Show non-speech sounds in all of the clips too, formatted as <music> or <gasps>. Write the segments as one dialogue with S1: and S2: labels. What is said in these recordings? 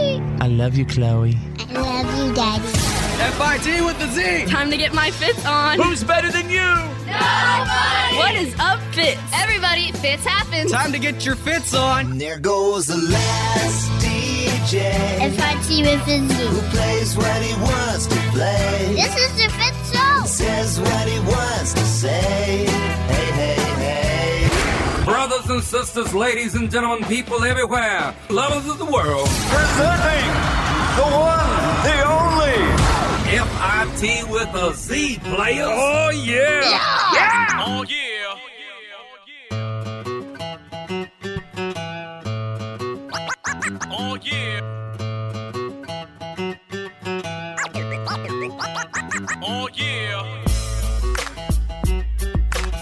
S1: love you, Chloe.
S2: I love you, Daddy.
S3: FIT with the Z.
S4: Time to get my fits on.
S3: Who's better than you?
S4: What is up, fits?
S5: Everybody, fits happens.
S3: Time to get your fits on.
S6: There goes the last DJ
S2: If I see with
S6: who
S2: you.
S6: plays what he wants to play,
S2: This is the Fit Show.
S6: says what he wants to say. Hey, hey, hey.
S7: Brothers and sisters, ladies and gentlemen, people everywhere, lovers of the world,
S8: Presenting the one, the only.
S7: FIT with a Z players. Oh, yeah.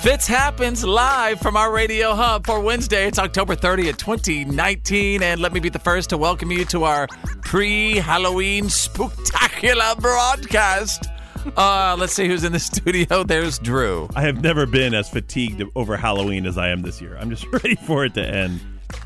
S9: Fitz happens live from our radio hub for Wednesday. It's October 30th, 2019. And let me be the first to welcome you to our pre Halloween spooktacular broadcast. <laughs> Uh, let's see who's in the <laughs> studio. There's Drew.
S10: I have never been as fatigued over Halloween as I am this year. I'm just <laughs> ready for it to end.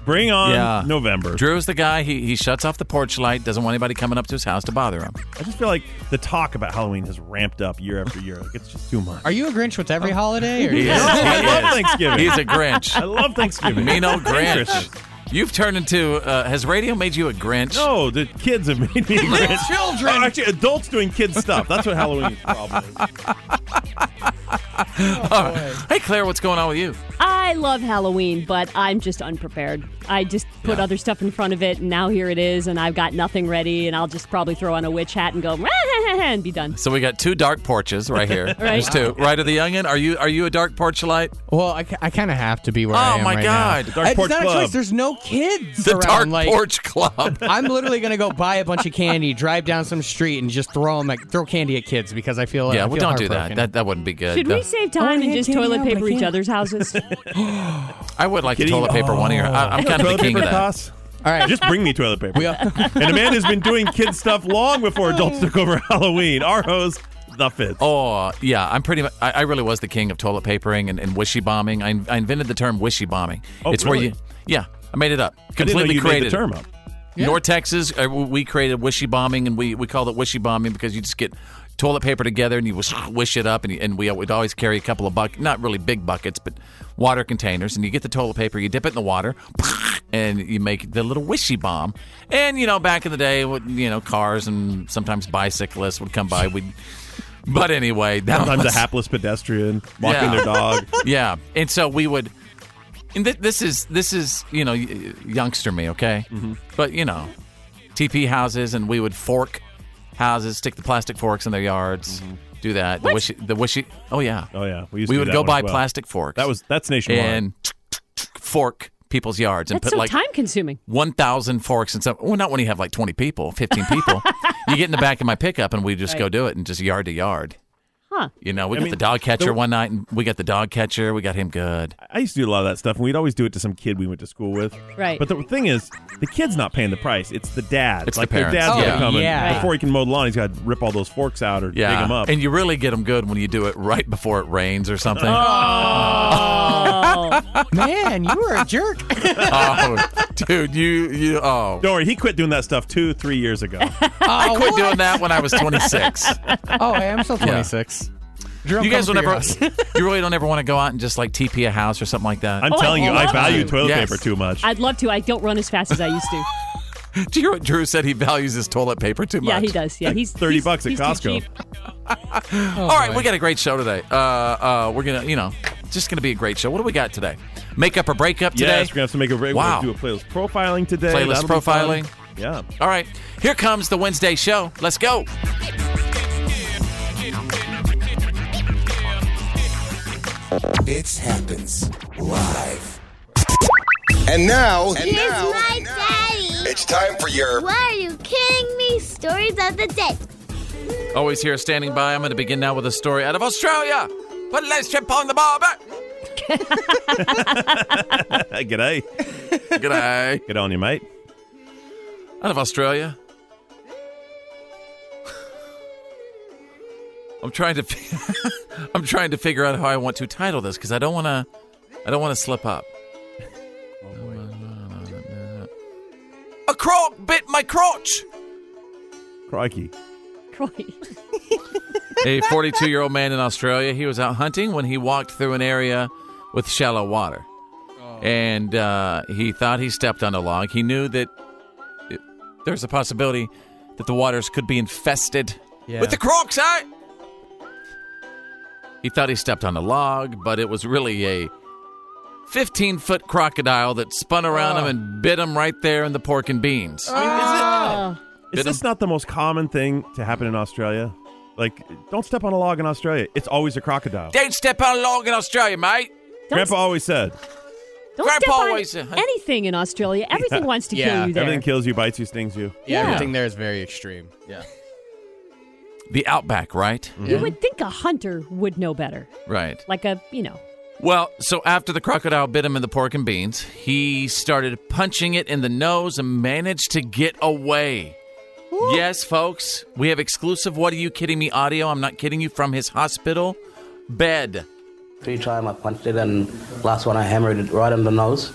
S10: Bring on
S9: Yeah.
S10: November.
S9: Drew's the guy, he, he shuts off the porch light, doesn't want anybody coming up to his house to bother him.
S10: I just feel like the talk about Halloween has ramped up year after year. Like it's just too much.
S11: Are you a Grinch with every
S10: <laughs>
S11: holiday? Or
S9: He
S10: No,
S9: is-
S10: I love Thanksgiving.
S9: he's a Grinch.
S10: I love Thanksgiving.
S9: Mean old
S10: Christmas.
S9: Grinch. You've turned into, uh, has radio made you a Grinch?
S10: No, the kids have
S11: <laughs>
S10: made
S9: <laughs>
S10: me a Grinch. Children. Oh, actually, adults doing kids stuff. That's what Halloween's <laughs> problem is.
S9: Hey, Claire, what's going on with you?
S12: I love Halloween, but I'm just unprepared. I just put other stuff in front of it, and now here it is, and I've got nothing ready, and I'll just probably throw on a witch hat and go and be done.
S9: So we got two dark porches <laughs> right here. There's two. Right of the youngin. Are you are you a dark porch light?
S11: Well, I, ca- I kind of have to be where I
S9: oh
S11: am
S9: my
S11: right now.
S9: god.
S10: Dark
S11: it's
S10: Porch
S11: not a
S10: Club.
S11: choice. There's no kids
S9: <laughs> The
S11: around.
S9: dark
S11: like,
S9: porch <laughs> club.
S11: I'm literally gonna go buy a bunch of candy, drive down some street, and just throw 'em, like throw candy at kids because I feel like
S9: yeah,
S11: I
S9: well
S11: feel
S9: don't do that.
S11: heartbroken.
S9: That that wouldn't be good.
S12: Should
S9: No.
S12: we save time and
S11: Oh, yeah,
S12: just
S11: can't
S12: toilet
S11: help, I
S12: paper each
S11: can't.
S12: other's
S11: <laughs>
S12: houses?
S9: I would like to
S10: Kitty-
S9: toilet paper one ear. I, I'm kind of the
S10: Oh. toilet
S9: king
S10: paper
S9: of that.
S10: costs?
S11: All right.
S10: Just bring me toilet paper.
S11: we all-
S10: and Amanda's been doing kids stuff long before
S11: <laughs>
S10: adults took over Halloween. Our host, the Fitz.
S9: Oh yeah, I'm pretty. Much, I, I really was the king of toilet papering and, and wishy bombing. I, I invented the term wishy bombing.
S10: Oh,
S9: it's where
S10: really?
S9: you. Yeah, I made it up.
S10: I didn't know
S9: Completely
S10: you
S9: created.
S10: made the term up.
S9: North Texas, uh, w- we created wishy bombing, and we, we called it wishy bombing because you just get toilet paper together and you wish, wish it up, and, you, and we would always carry a couple of buckets, not really big buckets, but water containers, and you get the toilet paper, you dip it in the water, and you make the little wishy bomb. And you know, back in the day, what- you know, cars and sometimes bicyclists would come by. We'd, but anyway, that
S10: Sometimes a
S9: was-
S10: hapless pedestrian walking
S9: Yeah.
S10: their
S9: <laughs>
S10: dog.
S9: yeah, and so we would. And th- this is this is you know y- youngster me, okay?
S10: Mm-hmm.
S9: But you know, TP houses, and we would fork houses, stick the plastic forks in their yards, do that. The wishy, the wishy. Oh yeah,
S10: Mm-hmm. Oh yeah, we, used to
S9: we
S10: do
S9: would
S10: that
S9: go
S10: one as
S9: buy
S10: well.
S9: plastic forks.
S10: That was that's nationwide.
S9: and fork people's yards and
S12: That's
S9: put
S12: so
S9: like
S12: time consuming.
S9: 1,000 forks and stuff. Well, not when you have like 20 people, 15
S12: <laughs>
S9: people. you get in the back of my pickup and we just go do it and just yard to yard.
S12: Huh.
S9: You know, we
S10: I
S9: got
S10: mean,
S9: the dog catcher
S10: the-
S9: one night and we got the dog catcher. We got him good.
S10: I used to do a lot of that stuff, and we'd always do it to some kid we went to school with.
S12: Right.
S10: But the thing is, the kid's not paying the price. It's the dad.
S9: It's
S10: like
S9: the
S10: their
S9: parents, Oh,
S10: dad's
S9: yeah.
S10: gotta come and
S11: Yeah.
S10: before he can mow the lawn, he's got to rip all those forks out or dig them up.
S9: And <laughs> you really get them good when you do it right before it rains or something.
S12: Oh,
S11: <laughs> man, you were a jerk.
S9: Oh, dude, you, you, oh.
S10: Don't worry, he quit doing that stuff two, three years
S9: <laughs>
S10: ago.
S9: I quit doing that when I was 26.
S11: <laughs> Oh, hey, I'm still 26. Drew, I'm
S9: you guys
S11: coming
S9: don't
S11: for your
S9: ever,
S11: house.
S12: <laughs>
S9: you really don't ever want to go out and just like TP a house or something like that.
S10: I'm
S12: Oh, I
S10: telling you, I
S12: love
S10: value
S12: that.
S10: toilet
S9: Yes.
S10: paper too much.
S12: I'd love to. I don't run as fast as I used to.
S9: <laughs> Do you hear what Drew said? He values his toilet paper too much.
S12: Yeah, he does. Yeah, he's
S10: 30
S12: he's- Oh,
S10: bucks at
S12: he's too
S10: Costco.
S12: cheap.
S9: All right, we got a great show today. Uh, uh, we're gonna, you know, just gonna be a great show. What do we got today? Makeup or breakup today?
S10: Yes, we're gonna have to make a break.
S9: Wow.
S10: We're gonna do a playlist profiling today.
S9: Playlist
S10: That'll be fun.
S9: profiling.
S10: Yeah.
S9: All right, here comes the Wednesday show. Let's go.
S6: Fitz happens live.
S8: And
S13: Oh,
S8: now, and
S2: Here's
S8: now,
S2: my daddy.
S8: it's time for your
S2: Why are you kidding me? Stories of the day.
S9: Always here, standing by. I'm gonna begin now with a story out of Australia. But let's chip on the barber.
S10: <laughs> G'day.
S9: G'day.
S10: Get on you, mate.
S9: out of Australia. I'm trying to fi- <laughs> I'm trying to figure out how I want to title this because I don't want to I don't want to slip up. A croc bit my crotch
S10: Crikey.
S12: Crikey.
S9: a 42 year old man in Australia. He was out hunting when he walked through an area with shallow water. And uh, he thought he stepped on a log. He knew that it, there's a possibility that the waters could be infested
S11: Yeah.
S9: with the crocs, eh? He thought he stepped on a log, but it was really a 15 foot crocodile that spun around him and bit him right there in the pork and beans.
S10: Ah. Is this not the most common thing to happen in Australia? Like, don't step on a log in Australia. It's always a crocodile.
S9: Don't step on a log in Australia, mate.
S10: Grandpa always said.
S12: Don't
S9: Grandpa
S12: step on
S9: always said-
S12: anything in Australia. Everything wants to
S11: Yeah,
S12: kill you there.
S10: Everything kills you, bites you, stings you.
S11: Yeah,
S12: Yeah.
S11: everything there is very extreme. Yeah.
S9: The outback, right? Mm-hmm.
S12: You would think a hunter would know better.
S9: Right.
S12: Like a, you know,
S9: Well, so after the crocodile bit him in the pork and beans, he started punching it in the nose and managed to get away. Yes, folks, we have exclusive What Are You Kidding Me audio. I'm not kidding you from his hospital bed.
S1: Three time I punched it, and last one I hammered it right on the nose.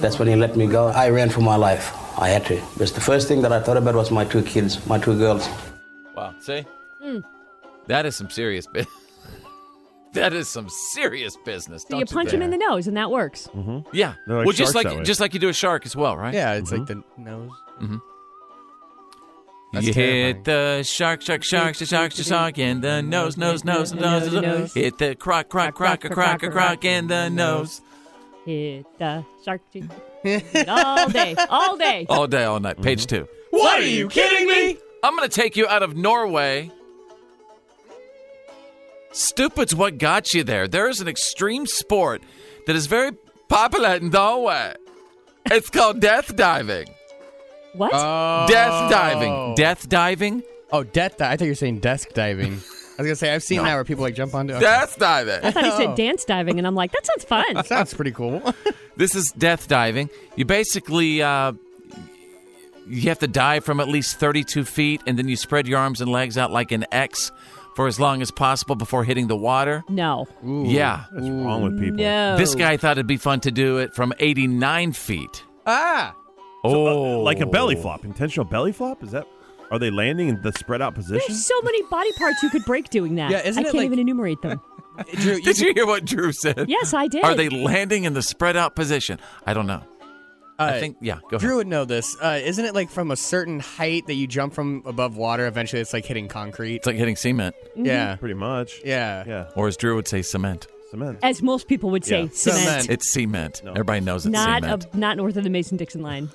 S1: That's when he let me go. I ran for my life. I had to. Because the first thing that I thought about was my two kids, my two girls.
S9: Wow, see? Hmm. That is some serious bit. <laughs> that is some serious business.
S12: so you punch him in the nose and that works.
S9: Mm-hmm. Yeah.
S10: They're like
S9: well, just
S10: sharks that way.
S9: like just like you do a shark as well, right?
S11: Yeah, it's like the nose.
S9: Mm-hmm.
S11: That's
S9: you
S11: terrifying.
S9: hit the shark, shark, shark, shark, shark, shark in the nose, nose, nose, nose, nose. Hit the croc, croc, croc, a croc, a croc in the nose.
S12: Hit the shark. all day. All
S9: <laughs>
S12: day.
S9: All day, all night. Page
S11: Mm-hmm.
S9: two.
S12: What are you kidding me?
S9: I'm going to take you out of Norway. Stupid's what got you there. There is an extreme sport that is very popular in Norway. It's called death diving.
S12: <laughs> What?
S9: Death diving. Death diving?
S11: Oh, death. Di- I thought you were saying desk diving. I was gonna say I've seen that where people like jump onto. okay.
S9: Death diving.
S12: I thought he said dance diving, and I'm like, that sounds fun.
S11: Oh. Sounds pretty cool.
S9: This is death diving. You basically uh, you have to dive from at least 32 feet, and then you spread your arms and legs out like an X for as long as possible before hitting the water.
S12: No.
S9: yeah,
S10: What's wrong with people?
S12: No.
S9: this guy thought it'd be fun to do it from 89 feet.
S11: ah.
S9: Oh,
S10: uh, Like a belly
S9: <laughs>
S10: flop. Intentional belly flop? Is that. Are they landing in the spread out position?
S12: There's so many body parts you could break doing that.
S11: Yeah, isn't
S12: I
S11: it
S12: can't
S11: like-
S12: even enumerate
S11: <laughs>
S12: them.
S11: Drew, you
S9: Did
S11: could-
S9: you hear what Drew said?
S12: Yes, I did.
S9: Are they landing in the spread out position? I don't know. I
S11: uh,
S9: think yeah. Go
S11: Drew
S9: ahead.
S11: would know this. Uh, isn't it like from a certain height that you jump from above water? Eventually, it's like hitting concrete.
S9: It's like hitting cement,
S11: Yeah,
S10: Pretty much.
S11: yeah,
S10: Yeah.
S9: or as Drew would say, cement.
S10: Cement.
S12: As most people would say,
S10: Yeah.
S12: cement.
S11: Cement.
S9: It's cement.
S10: No.
S9: Everybody knows it's
S12: Not
S9: cement.
S12: a, not north of the Mason Dixon line.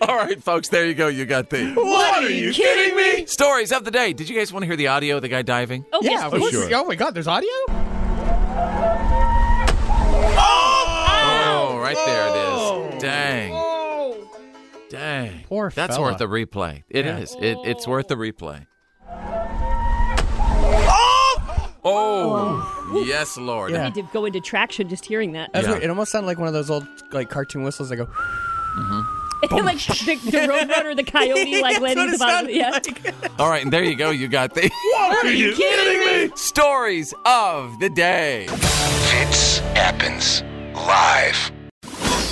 S9: All right, folks, there you go. You got the.
S11: What are you kidding me?
S9: Stories of the day. Did you guys want to hear the audio of the guy diving?
S12: Oh, yes,
S11: Yeah,
S12: please.
S11: oh, oh my God, there's audio.
S9: Oh, right
S12: Oh.
S9: there it is. Dang. Dang.
S11: Poor
S9: That's
S11: fella.
S9: worth a replay. It is. It, it's worth a replay. Oh! yes, Lord.
S11: Yeah.
S12: I did go into traction just hearing that.
S11: That's
S9: Yeah.
S11: weird. It almost sounded like one of those old like cartoon whistles. I go.
S9: Mm-hmm.
S12: <laughs> like the, the roadrunner,
S11: <laughs>
S12: the <laughs> coyote, like landing at the bottom. Yeah.
S9: All right, and there you go. You got the. What are you kidding me? <laughs> Stories of the day.
S13: Fits happens live.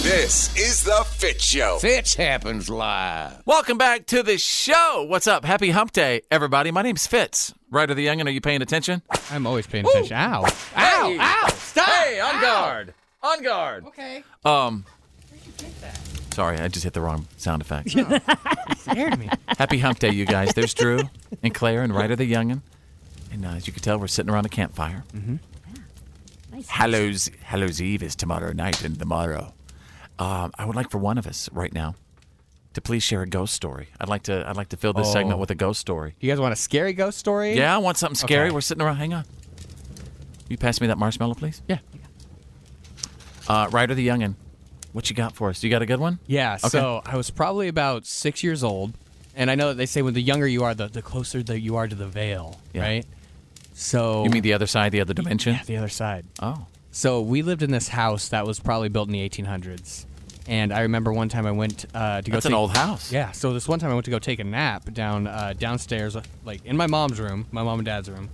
S13: This is the Fit Show.
S14: Fitch happens live.
S9: Welcome back to the show. What's up? Happy Hump Day, everybody. My name's Fitz. Right of the young, and are you paying attention?
S11: I'm always paying attention. Ow! Ow!
S9: Hey.
S11: Ow! Stop!
S9: Hey, on guard. On guard.
S11: Okay.
S9: Um. Sorry, I just hit the wrong sound
S11: <laughs>
S9: effect.
S11: Scared me.
S9: Happy Hump Day, you guys.
S11: <laughs>
S9: There's Drew and Claire and Ryder the youngin, and uh, as you can tell, we're sitting around a campfire.
S12: Mm-hmm. Nice.
S9: Hallows Hallows Eve is tomorrow night, and tomorrow, um, I would like for one of us right now to please share a ghost story. I'd like to I'd like to fill this
S11: Oh.
S9: segment with a ghost story.
S11: You guys want a scary ghost story?
S9: Yeah, I want something scary.
S11: Okay.
S9: We're sitting around. Hang on. You pass me that marshmallow, please.
S11: Yeah.
S9: Uh, Ryder the youngin, what you got for us? You got a good one?
S11: Yeah.
S9: Okay.
S11: So I was probably about six years old, and I know that they say when the younger you are, the, the closer that you are to the veil,
S9: Yeah.
S11: right? So
S9: You mean the other side, the other dimension?
S11: yeah, the other side.
S9: Oh.
S11: So we lived in this house that was probably built in the 1800s, and I remember one time I went uh, to go.
S9: That's an
S11: take-
S9: old house.
S11: Yeah. So this one time I went to go take a nap down uh, downstairs, like in my mom's room, my mom and dad's room,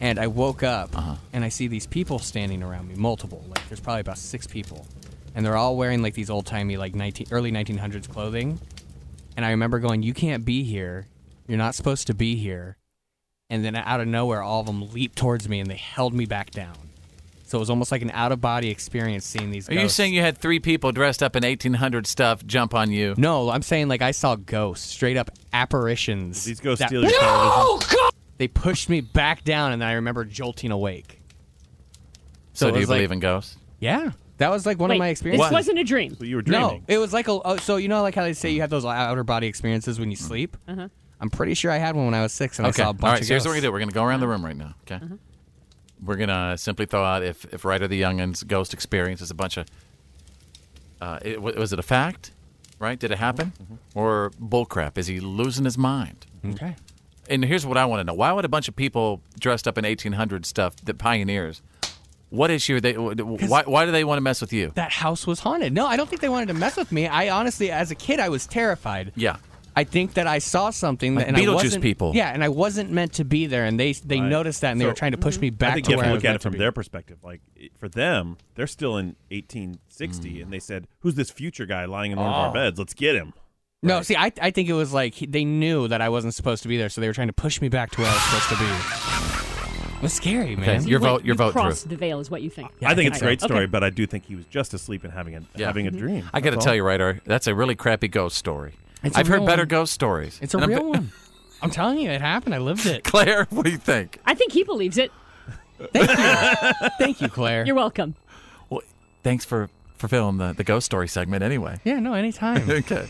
S11: and I
S9: Uh-huh.
S11: woke up and I see these people standing around me, multiple. Like there's probably about six people, and and they're all wearing like these old timey like 19 early 1900s clothing. And I remember going, "You can't be here. You're not supposed to be here." And then out of nowhere, all of them leaped towards me and they held me back down. So it was almost like an out of body experience seeing these.
S9: Are
S11: ghosts.
S9: you saying you had three people dressed up in 1800 stuff jump on you?
S11: No, I'm saying like I saw ghosts, straight up apparitions. These ghosts
S9: steal your No!
S11: God! They pushed me back down, and I remember jolting awake.
S9: So,
S11: it
S9: do you
S11: was like-
S9: believe in ghosts?
S11: Yeah, that was like one
S12: Wait,
S11: of my experiences.
S12: This wasn't a dream.
S10: you were
S11: No, it was like a. Oh, so you know, like how they say you have those outer body experiences when you sleep.
S12: Uh-huh.
S11: I'm pretty sure I had one when I was six, and
S9: Mm. okay.
S11: I saw a bunch
S9: All right.
S11: of
S9: so here's what we're
S11: ghosts. Uh-huh.
S9: gonna do. We're gonna go around the room right now. Okay. We're gonna uh, simply throw out if if Ryder the Youngin's ghost experience is a bunch of. Uh, it, wa- was it a fact? Right? Did it happen? Or bullcrap? Is he losing his mind?
S11: Mm-hmm. Okay.
S9: And here's what I want to know: Why would a bunch of people dressed up in 1800 stuff, the pioneers? What issue are they? Why, why do they want to mess with you?
S11: That house was haunted. No, I don't think they wanted to mess with me. I honestly, as a kid, I was terrified.
S9: Yeah.
S11: I think that I saw something
S9: Like
S11: that and I
S9: Beetlejuice
S11: wasn't-
S9: people.
S11: Yeah, and I wasn't meant to be there, and they they noticed that, and they
S10: So,
S11: were trying to push me
S10: mm-hmm. I
S11: back
S10: think
S11: to
S10: you
S11: where
S10: have
S11: I
S10: to
S11: was
S10: look at
S11: meant
S10: it from
S11: to be.
S10: their perspective. Like it- for them, they're still in 1860,
S9: Mm.
S10: and they said, "Who's this future guy lying in one of
S11: Oh.
S10: our beds? Let's get him."
S11: No, see, I, I think it was like he, they knew that I wasn't supposed to be there, so they were trying to push me back to where I was supposed to be. It was scary, man.
S12: You went- you crossed the veil is what you think.
S10: I think it's a great
S12: Okay.
S10: story, but I do think he was just asleep and having a having
S11: Mm-hmm.
S10: a dream.
S9: Mm-hmm. I got to
S10: That's
S9: tell
S10: all.
S9: you, Ryder, that's a really crappy ghost story.
S10: It's a
S9: I've heard
S10: real
S9: better
S10: one.
S9: ghost stories.
S11: It's a
S9: And I'm-
S11: real one. I'm telling you, it happened. I lived it.
S9: <laughs> Claire, what do you think?
S12: I think he believes it.
S11: Thank you, Claire.
S12: You're welcome.
S9: Well, thanks for for filling the, the ghost story segment anyway.
S11: Yeah, no, anytime.
S9: <laughs> okay.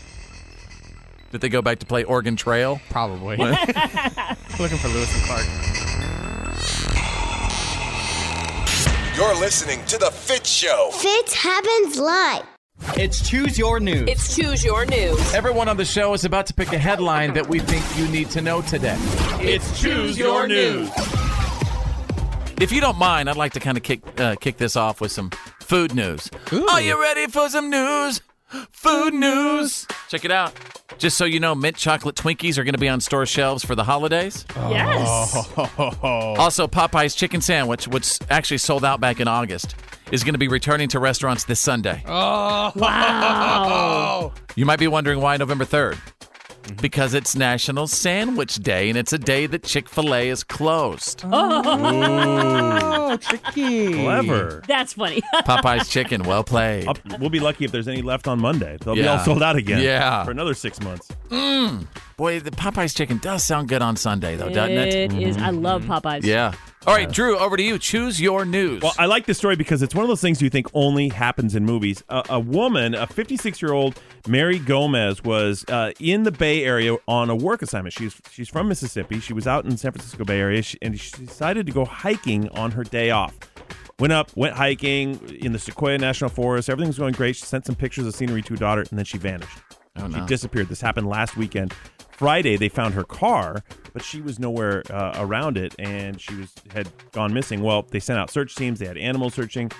S9: Did they go back to play Oregon Trail?
S11: Probably. <laughs> Looking for Lewis and Clark.
S13: You're listening to The Fit Show.
S2: Fits happens live.
S9: It's Choose Your News.
S4: It's Choose Your News.
S9: Everyone on the show is about to pick a headline that we think you need to know today.
S4: It's Choose Your News.
S9: If you don't mind, I'd like to kind of kick uh, kick this off with some food news. Are you ready for some news? Food news. Check it out. Just so you know, mint chocolate Twinkies are going to be on store shelves for the holidays. Oh,
S12: Yes.
S9: Also, Popeye's chicken sandwich, which actually sold out back in August, is going to be returning to restaurants this Sunday.
S3: Oh.
S9: <laughs>
S12: Wow.
S9: You might be wondering why November 3rd.
S10: Mm-hmm.
S9: Because it's National Sandwich Day, and it's a day that Chick fil A is closed.
S12: <laughs> Oh,
S11: tricky.
S10: Clever.
S12: That's funny.
S10: <laughs>
S9: Popeye's chicken, well played.
S10: Up- We'll be lucky if there's any left on Monday. They'll be
S9: Yeah.
S10: all sold out again.
S9: Yeah.
S10: for another six months.
S9: Mmm. Boy, the Popeye's chicken does sound good on Sunday, though, doesn't it?
S12: It is. I
S10: Mm-hmm.
S12: love Popeyes.
S9: Yeah. All right, Drew, over to you. Choose your news.
S10: Well, I like this story because it's one of those things you think only happens in movies. A, a woman, a 56 year old Mary Gomez, was uh, in the Bay Area on a work assignment. She's she's from Mississippi. She was out in San Francisco Bay Area, she, and she decided to go hiking on her day off. Went up, went hiking in the Sequoia National Forest. Everything was going great. She sent some pictures of scenery to her daughter, and then she vanished.
S9: Oh,
S10: She
S9: no.
S10: disappeared. This happened last weekend. Friday, they found her car, but she was nowhere uh, around it, and she was had gone missing. Well, they sent out search teams. They had animal searching.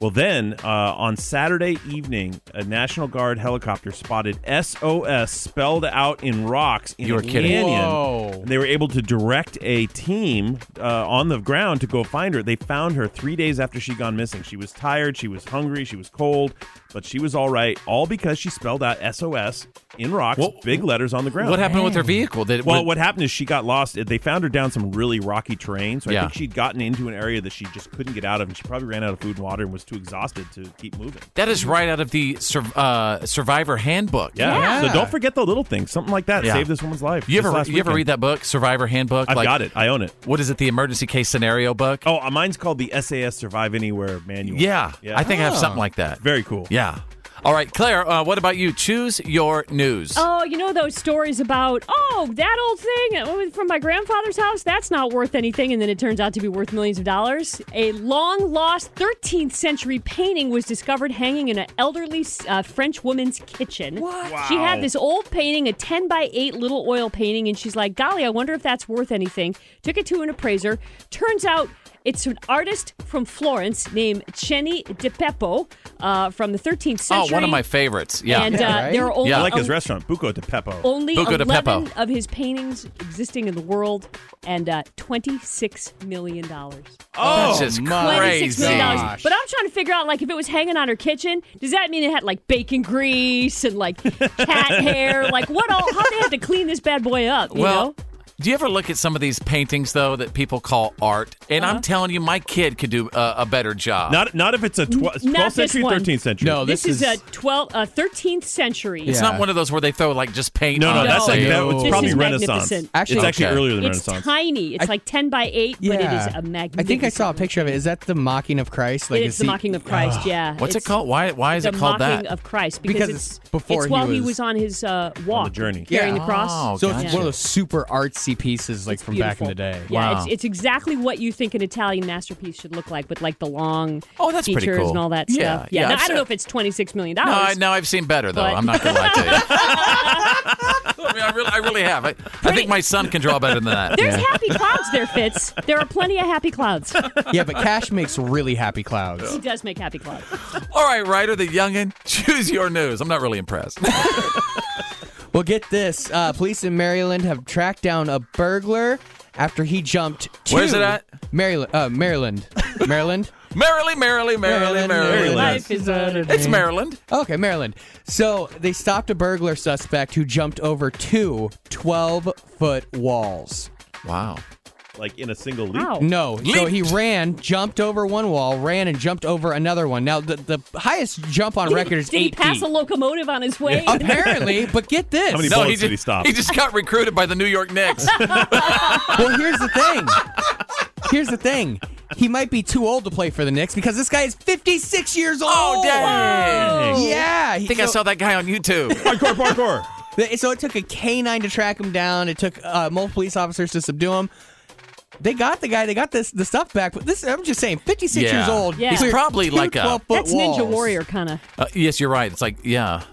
S10: Well, then uh, on Saturday evening, a National Guard helicopter spotted SOS spelled out in rocks in
S9: You
S10: a
S9: were kidding.
S10: canyon.
S9: Whoa.
S10: And they were able to direct a team uh, on the ground to go find her. They found her three days after she gone missing. She was tired, she was hungry, she was cold, but she was all right, all because she spelled out SOS in rocks, big letters on the ground.
S9: What happened with her vehicle? Did,
S10: Well,
S9: would-
S10: what happened is she got lost. They found her down some really rocky terrain, so I
S9: Yeah.
S10: think she'd gotten into an area that she just couldn't get out of, and she probably ran out of food and water and was too exhausted to keep moving.
S9: that is right out of the sur- uh, Survivor Handbook.
S10: Yeah. So don't forget the little things, something like that.
S9: Yeah.
S10: Save this woman's life.
S9: You
S10: This
S9: ever
S10: last
S9: you ever
S10: weekend.
S9: read that book, Survivor Handbook?
S10: I've got it. I own it.
S9: What is it? The emergency case scenario book?
S10: Oh, uh, mine's called the SAS Survive Anywhere Manual.
S9: Yeah, I think I have
S12: Oh.
S9: something like that.
S10: Very cool.
S9: Yeah. All right, Claire. Uh, what about you? Choose your news.
S12: Oh, you know those stories about, oh, that old thing uh, from my grandfather's house? That's not worth anything. And then it turns out to be worth millions of dollars. A long lost 13th century painting was discovered hanging in an elderly uh, French woman's kitchen. What? She
S15: Wow.
S12: had this old painting, a 10 by 8 little oil painting, and she's like, golly, I wonder if that's worth anything. Took it to an appraiser. Turns out It's an artist from Florence named Ceni Di Beppo uh, from the 13th
S9: Oh,
S12: century.
S9: one of my favorites. Yeah,
S12: And, uh, Yeah, right? there are only
S9: yeah.
S12: I like his el-
S10: restaurant, Buco de Pepo.
S12: Only
S9: Buco de
S12: 11
S9: Pepo.
S12: of his paintings existing in the world and uh, $26 million.
S9: Oh, that's just
S12: $26
S9: crazy.
S12: million. But I'm trying to figure out, like, if it was hanging on her kitchen, does that mean it had, like, bacon grease and, like, cat hair? Like, what all? How they had to clean this bad boy up, you
S9: well,
S12: know?
S9: do you ever look at some of these paintings though that people call art? And
S12: Uh-huh.
S9: I'm telling you, my kid could do a, a better job.
S10: Not not if it's a tw-
S12: Not this one.
S9: No,
S12: this, is, a 12, uh, 13th century.
S9: It's not one of those where they throw like just paint.
S10: No,
S9: on
S10: no,
S9: it.
S10: that's like- that was
S12: This probably is Renaissance. magnificent.
S10: Actually- It's actually earlier than
S12: it's tiny. It's
S11: I-
S12: like 10 by 8, but it
S11: Yeah.
S12: is a magnificent.
S11: I think I saw a picture of it. Is that the mocking of Christ?
S12: It is
S11: is
S12: the
S11: he-
S12: mocking of Christ, yeah.
S11: What's
S12: It's
S11: it called? Why? Why is
S12: the
S11: it called
S12: mocking
S11: that?
S12: of Christ because,
S11: Ah. Because
S12: it's,
S11: it's before
S12: it's
S11: he
S12: while he was,
S11: was-
S12: on his uh, walk carrying the cross.
S11: so it's one of those super artsy pieces, like Oh, from back in the day.
S12: Yeah, it's, it's exactly what you think an Italian masterpiece should look like, with like the long
S9: oh, that's pretty
S12: features
S9: cool.
S12: and all that
S9: Yeah,
S12: stuff. Yeah,
S9: yeah,
S12: now,
S9: I've
S12: I don't
S9: seen-
S12: know if it's twenty six million
S9: No, I,
S12: dollars.
S9: no, I've seen better though.
S12: But-
S9: I'm not gonna lie to you.
S12: <laughs>
S9: I, mean, I really, I really have. I, I think my son can draw better than that.
S12: There's happy clouds there, Fitz. There are plenty of happy clouds.
S11: <laughs> <laughs> yeah, but Cash makes really happy clouds.
S12: He does make happy clouds.
S9: All right, Ryder the youngin, <laughs> choose your news. I'm not really impressed.
S11: Well, get this. Uh, police in Maryland have tracked down a burglar after he jumped two.
S9: Where's it at?
S11: Maryland. Uh, Maryland. Maryland?
S9: <laughs> Merrily, merrily, merrily, merrily. It's Maryland.
S11: Okay, Maryland. So they stopped a burglar suspect who jumped over two 12 foot walls.
S9: Wow.
S10: Like in a single leap?
S11: No. So he ran, jumped over one wall, ran and jumped over another one. Now, the, the highest jump on
S12: Did he-
S11: record is
S12: did he
S11: eight
S12: pass
S11: feet.
S12: a locomotive on his way?
S11: <laughs> Apparently, but get this.
S9: No, he just, He just got recruited by the New
S12: <laughs>
S9: York Knicks.
S11: well, here's the thing. Here's the thing. He might be too old to play for the Knicks because this guy is 56 years old.
S9: Oh, dang. Whoa.
S11: Yeah.
S9: I think I saw that guy on YouTube.
S10: Parkour, parkour.
S11: So it took a canine to track him down. It took uh, multiple police officers to subdue him. They got the guy. They got this the stuff back. But this, I'm just saying, 56
S9: Yeah.
S11: years old.
S9: Yeah. He's
S11: cleared
S9: probably
S11: two
S9: like a-
S11: 12-foot
S12: That's Ninja
S11: walls.
S12: Warrior kind of.
S9: Uh, yes, you're right. It's like, yeah,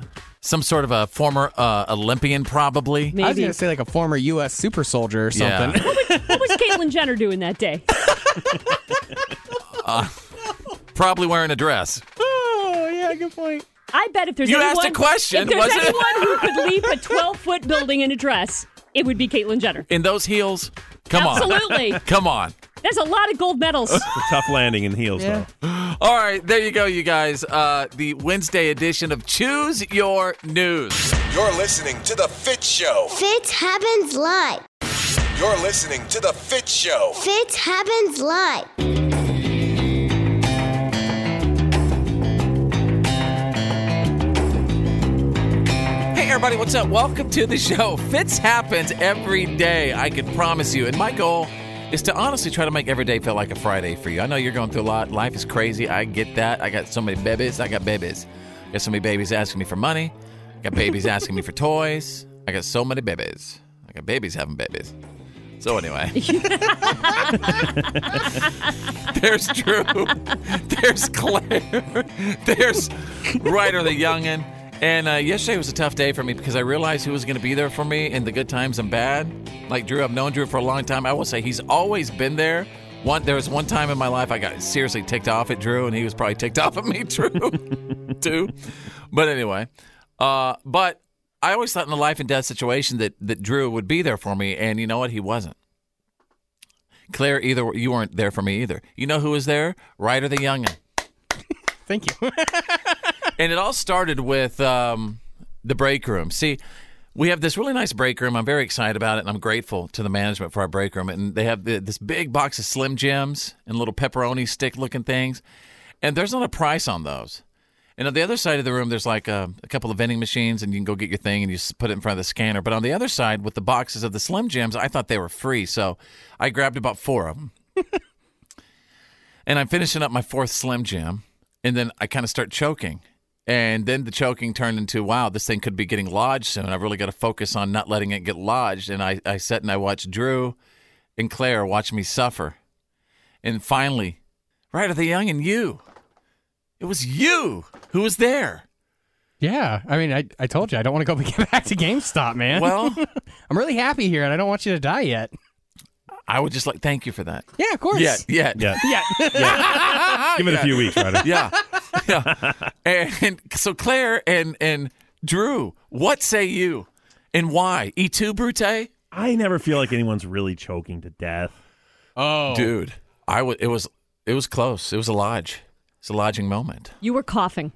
S9: some sort of a former uh, Olympian, probably.
S11: I was gonna say like a former U.S. super soldier or
S9: Yeah.
S11: something.
S12: What was Caitlyn Jenner doing that day?
S9: Uh, probably wearing a dress.
S11: Oh, yeah, good point.
S12: I bet if there's
S9: You
S12: anyone,
S9: asked a question,
S12: if there's
S9: was it?
S12: anyone who could
S9: <laughs>
S12: leap a 12 foot building in a dress, it would be Caitlyn Jenner.
S9: In those heels? Come on.
S12: Absolutely.
S9: <laughs> Come on.
S12: There's a lot of gold
S9: <laughs>
S12: medals.
S10: Tough landing in heels,
S12: Yeah.
S9: All right, there you go, you guys. Uh, the Wednesday edition of Choose Your News.
S13: You're listening to The Fit Show.
S2: Fitz happens live.
S13: You're listening to The Fit Show.
S2: Fitz happens live.
S9: Hey, everybody, what's up? Welcome to the show. Fits happens every day, I can promise you. And my goal is to honestly try to make every day feel like a Friday for you. I know you're going through a lot. Life is crazy. I get that. I got so many babies. I got babies. I got so many babies asking me for money. I got babies asking me for toys. I got so many babies. I got babies having babies. So, anyway. <laughs> There's Drew. There's Claire. <laughs> There's Ryder the youngin. And uh, yesterday was a tough day for me because I realized who was going to be there for me in the good times and bad. Like Drew, I've known Drew for a long time. I will say he's always been there. One, there was one time in my life I got seriously ticked off at Drew, and he was probably ticked <laughs> off at me, Drew, too. But anyway, uh, but I always thought in the life and death situation that that Drew would be there for me, and you know what? He wasn't. Claire, either you weren't there for me either. You know who was there? Ryder the youngin.
S11: <laughs> Thank you. <laughs>
S9: and it all started with um, the break room. See, we have this really nice break room. I'm very excited about it, and I'm grateful to the management for our break room. And they have the, this big box of Slim Jims and little pepperoni stick looking things, and there's not a price on those. And on the other side of the room, there's like a, a couple of vending machines, and you can go get your thing and you just put it in front of the scanner. But on the other side, with the boxes of the Slim Jims, I thought they were free, so I grabbed about four of them and I'm finishing up my fourth Slim Jim, and then I kind of start choking. And then the choking turned into, wow, this thing could be getting lodged soon. I've really got to focus on not letting it get lodged. And I, I sat and I watched Drew and Claire watch me suffer. And finally, right at the young and you, it was you who was there.
S11: Yeah, I mean, I, I told you I don't <laughs> want to go get back to GameStop, man. <laughs>
S9: Well-
S11: I'm really happy here, and I don't want you to die yet.
S9: I would just like thank you for that.
S11: Yeah, of course.
S9: Yeah, yeah,
S12: <laughs>
S10: yeah,
S11: <laughs> Yeah.
S10: Yeah. Give it a few weeks, Ryder.
S9: <laughs>
S11: <laughs>
S9: Yeah, yeah. And, and so Claire and and Drew, what say you, and why? E two Brute?
S10: I never feel like anyone's really choking to death.
S11: Oh,
S9: dude, I was. It was. It was close. It was a lodge. It's a lodging moment.
S12: You were coughing.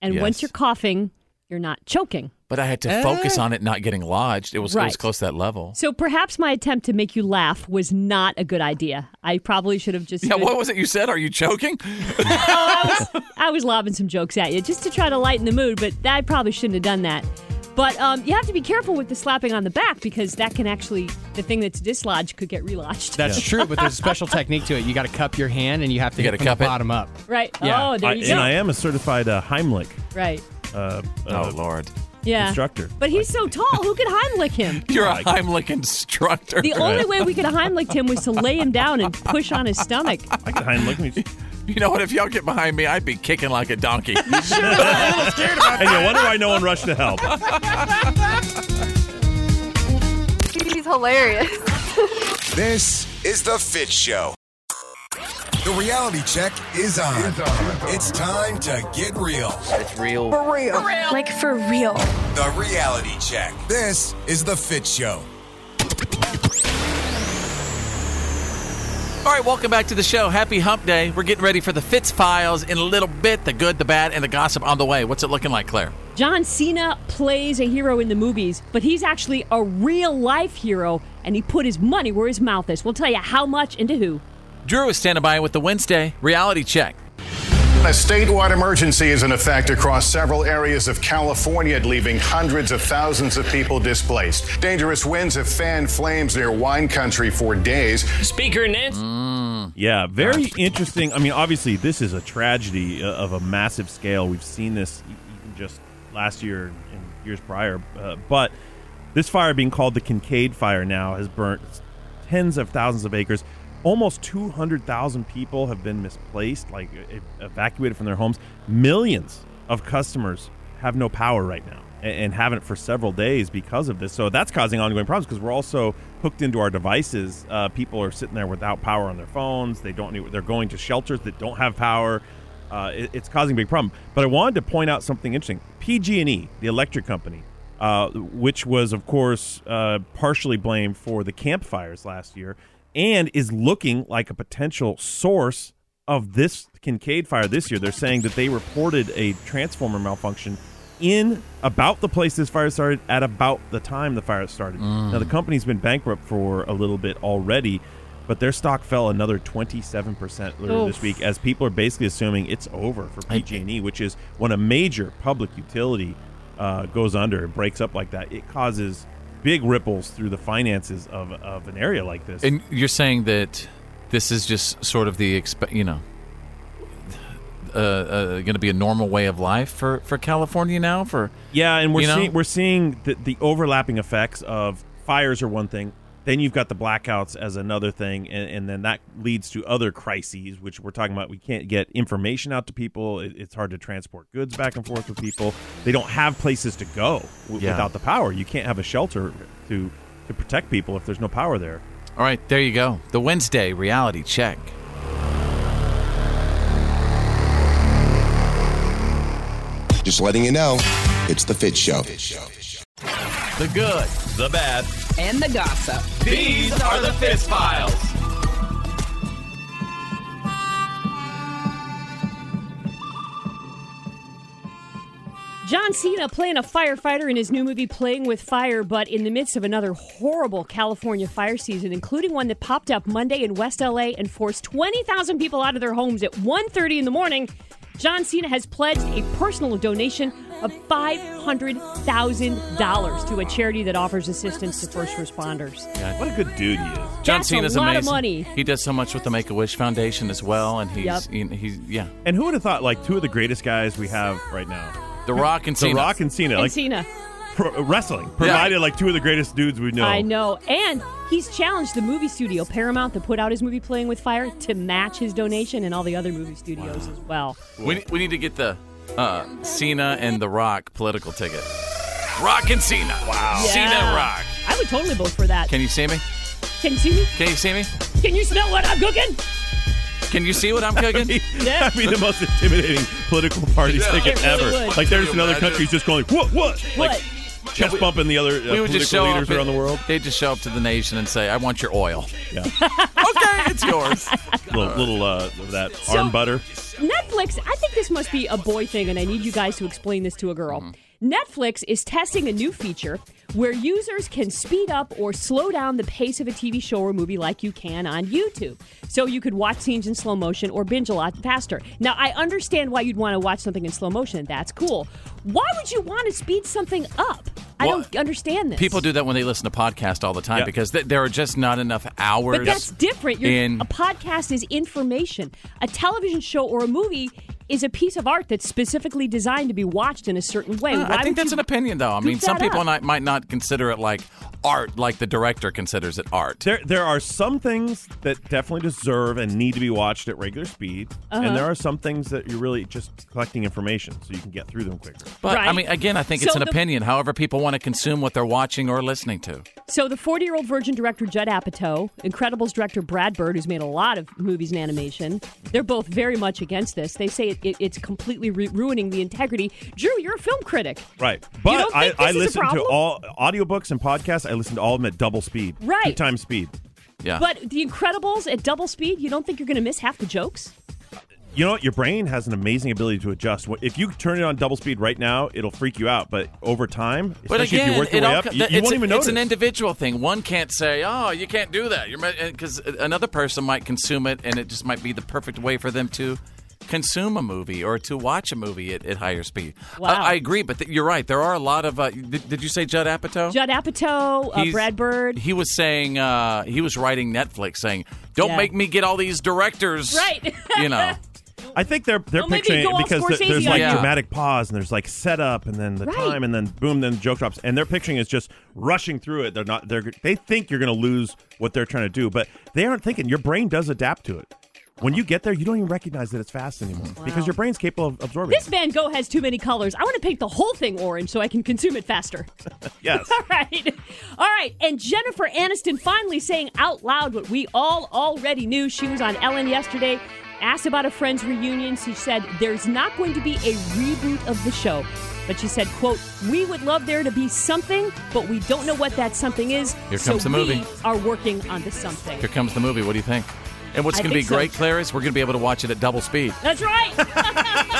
S12: And once
S9: Yes.
S12: you're coughing, you're not choking.
S9: But I had to
S12: Eh.
S9: focus on it not getting lodged. It was. It was
S12: Right.
S9: close to that level.
S12: So perhaps my attempt to make you laugh was not a good idea. I probably should have just.
S9: Yeah. What was it you said? Are you choking?
S10: Oh
S12: I was lobbing some jokes at you just to try to lighten the mood, but I probably shouldn't have done that. But um, you have to be careful with the slapping on the back because that can actually, the thing that's dislodged could get relodged. <laughs>
S11: That's true, but there's a special technique to it. You got to cup your hand and you have to
S10: You
S11: get
S10: gotta
S11: from
S10: cup
S11: the
S10: it.
S11: bottom up.
S12: Right.
S10: Yeah.
S12: Oh, there
S10: I-
S12: you go.
S10: And I am a certified uh, Heimlich.
S12: Right.
S10: Uh,
S9: oh Lord.
S12: Yeah.
S10: Instructor.
S12: But he's so tall. Who could Heimlich
S11: <laughs>
S12: him?
S9: You're a Heimlich instructor.
S12: The only way we could have Heimlich him was to lay him down and push on his stomach.
S10: I could Heimlich me.
S9: <laughs> You know what? If y'all get behind me, I'd be kicking like
S10: <laughs>
S9: a donkey.
S10: and you wonder why no one rushed to help.
S5: <laughs> He's hilarious.
S13: This is The Fit Show. The reality check is on. It's time to get real. It's real.
S15: real. Like for real.
S13: The reality check. This is The Fit Show.
S9: All right, welcome back to the show. Happy Hump Day. We're getting ready for the Fitz Files in a little bit. The good, the bad, and the gossip on the way. What's it looking like, Claire?
S12: John Cena plays a hero in the movies, but he's actually a real life hero, and he put his money where his mouth is. We'll tell you how much and to who.
S9: Drew is standing by with the Wednesday reality check.
S16: A statewide emergency is in effect across several areas of California, leaving hundreds of thousands of people displaced. Dangerous winds have fanned flames near wine country for days.
S17: Speaker Nancy.
S10: Yeah, very interesting. I mean, obviously, this is a tragedy uh, of a massive scale. We've seen this e- even just last year and years prior. Uh, but this fire, being called the Kincaid Fire, now has burnt tens of thousands of acres. Almost 200,000 people have been misplaced, like e- evacuated from their homes. Millions of customers have no power right now a- and haven't for several days because of this. So that's causing ongoing problems because we're also hooked into our devices. Uh, people are sitting there without power on their phones. They don't. Need, they're going to shelters that don't have power. Uh, it- it's causing a big problem. But I wanted to point out something interesting. PG&E, E, the electric company, uh, which was, of course, uh, partially blamed for the campfires last year, and is looking like a potential source of this Kincaid fire this year. They're saying that they reported a transformer malfunction in about the place this fire started at about the time the fire started. Now, the company's been bankrupt for a little bit already, but their stock fell another 27% earlier
S9: Oof.
S10: this week as people are basically assuming it's over for PG&E, E, which is when a major public utility uh, goes under and breaks up like that, it causes big ripples through the finances of, of an area like this.
S9: And you're saying that this is just sort of the, exp- you know, uh, uh, going to be a normal way of life for, for California now? For
S10: Yeah, and we're
S9: you know?
S10: seeing we're seeing the, the overlapping effects of fires are one thing. Then you've got the blackouts as another thing, and, and then that leads to other crises, which we're talking about. We can't get information out to people. It, it's hard to transport goods back and forth with people. They don't have places to go w-
S9: Yeah.
S10: without the power. You can't have a shelter to to protect people if there's no power there.
S9: All right, there you go. The Wednesday reality check.
S13: Just letting you know, it's The Fit Show.
S9: The good,
S4: the bad,
S18: and the gossip.
S4: These are the Fitz Files.
S12: John Cena playing a firefighter in his new movie Playing with Fire, but in the midst of another horrible California fire season, including one that popped up Monday in West LA and forced 20,000 people out of their homes at 1:30 in the morning, John Cena has pledged a personal donation of $500,000 to a charity that offers assistance to first responders.
S10: What a good dude he is.
S9: John
S12: That's a
S9: Cena's
S12: lot of
S9: amazing.
S12: money.
S9: He does so much with the Make a Wish Foundation as well, and he's he- he's yeah.
S10: And who would have thought like two of the greatest guys we have right now,
S9: The Rock and Cena.
S10: The Rock and Cena,
S12: And
S10: like
S12: Cena,
S10: pro- wrestling provided like two of the greatest dudes we know.
S12: I know. And he's challenged the movie studio Paramount that put out his movie Playing with Fire to match his donation and all the other movie studios as well.
S9: We, we need to get the uh, Cena and The Rock political ticket. Rock and Cena. Wow. Cena
S12: Yeah.
S9: Rock.
S12: I would totally vote for that.
S9: Can you see me?
S12: Can you see me?
S9: Can you see me?
S12: Can you smell what I'm cooking?
S9: Can you see what
S10: <laughs>
S9: I'm cooking?
S12: Yeah.
S10: That'd be the most intimidating political party
S9: Yeah.
S10: ticket
S9: It really
S10: ever.
S9: would.
S10: Like there's
S9: Can you
S10: another
S9: imagine?
S10: country just going what what like chest bumping the other uh,
S9: we would
S10: political
S9: just show
S10: leaders
S9: up
S10: around the world.
S9: They'd just show up to the nation and say, "I want your oil."
S10: Yeah,
S9: <laughs> okay, it's yours.
S10: <laughs> little little uh, that
S12: So-
S10: arm butter.
S12: Netflix, I think this must be a boy thing, and I need you guys to explain this to a girl.
S9: Mm-hmm.
S12: Netflix is testing a new feature where users can speed up or slow down the pace of a TV show or movie like you can on YouTube. So you could watch scenes in slow motion or binge a lot faster. Now, I understand why you'd want to watch something in slow motion. That's cool. Why would you want to speed something up? I
S9: Well,
S12: don't understand this.
S9: People do that when they listen to podcasts all the time because th- there are just not enough hours.
S12: But that's different. You're,
S9: in-
S12: a podcast is information. A television show or a movie is a piece of art that's specifically designed to be watched in a certain way.
S9: Uh, I
S12: Why
S9: think
S12: would
S9: that's
S12: you-
S9: an opinion, though. I
S12: Scoop
S9: mean, some
S12: that
S9: people
S12: up.
S9: not, might not consider it like art, like the director considers it art.
S10: There, there are some things that definitely deserve and need to be watched at regular speed,
S9: Uh-huh.
S10: and there are some things that you're really just collecting information so you can get through them quicker.
S9: But I
S12: Right.
S9: mean, again, I think it's
S12: So
S9: an
S12: the-
S9: opinion. However, people want to consume what they're watching or listening to.
S12: So the 40-year-old Virgin director Judd Apatow, Incredibles director Brad Bird, who's made a lot of movies and animation, they're both very much against this. They say it, it, it's completely ru- ruining the integrity. Drew, you're a film critic.
S10: Right. But
S12: don't
S10: I,
S12: think this
S10: I
S12: is a
S10: listen to
S12: problem?
S10: all audiobooks and podcasts. I listen to all of them at double speed.
S12: Right.
S10: Two times speed.
S9: Yeah.
S12: But The Incredibles at double speed, you don't think you're going to miss half the jokes?
S10: you know what? Your brain has an amazing ability to adjust. What- If you turn it on double speed right now, it'll freak you out. But over time, especially
S9: But again,
S10: if you work your
S9: it
S10: way
S9: all
S10: up,
S9: co-
S10: you, you
S9: it's,
S10: won't even notice.
S9: it's an individual thing. One can't say, "Oh, you can't do that," because another person might consume it, and it just might be the perfect way for them to consume a movie or to watch a movie at, at higher speed.
S12: Wow.
S9: I, I agree, but th- you're right. There are a lot of. Uh, did, did you say Judd Apatow?
S12: Judd Apatow, uh,
S9: He's-
S12: Brad Bird.
S9: He was saying uh, he was writing Netflix, saying, "Don't
S12: Yeah.
S9: make me get all these directors."
S12: Right. <laughs>
S9: You know.
S10: I think they're they're
S12: Well, maybe
S10: picturing
S12: go
S10: it
S12: all
S10: because th-
S12: Scorsese
S10: there's like
S12: on it.
S10: dramatic pause and there's like setup and then the
S12: Right.
S10: time and then boom, then the joke drops and they're picturing it's just rushing through it. They're not they're they think you're going to lose what they're trying to do, but they aren't thinking. Your brain does adapt to it. When you get there, you don't even recognize that it's fast anymore because your brain's capable of absorbing.
S12: This Van Gogh has too many colors. I want to paint the whole thing orange so I can consume it
S9: <laughs>
S12: faster.
S10: it.
S12: <laughs>
S10: Yes.
S12: all right. All right. And Jennifer Aniston finally saying out loud what we all already knew. She was on Ellen yesterday, asked about a friend's reunion. She said, There's not going to be a reboot of the show. But she said, quote, we would love there to be something, but we don't know what that something is.
S9: Here
S12: so
S9: comes the movie.
S12: We are working on the something.
S9: Here comes the movie. What do you think? And what's
S12: I
S9: going to be
S12: think so.
S9: great, Claire, is we're going to be able to watch it at double speed.
S12: That's right. <laughs> so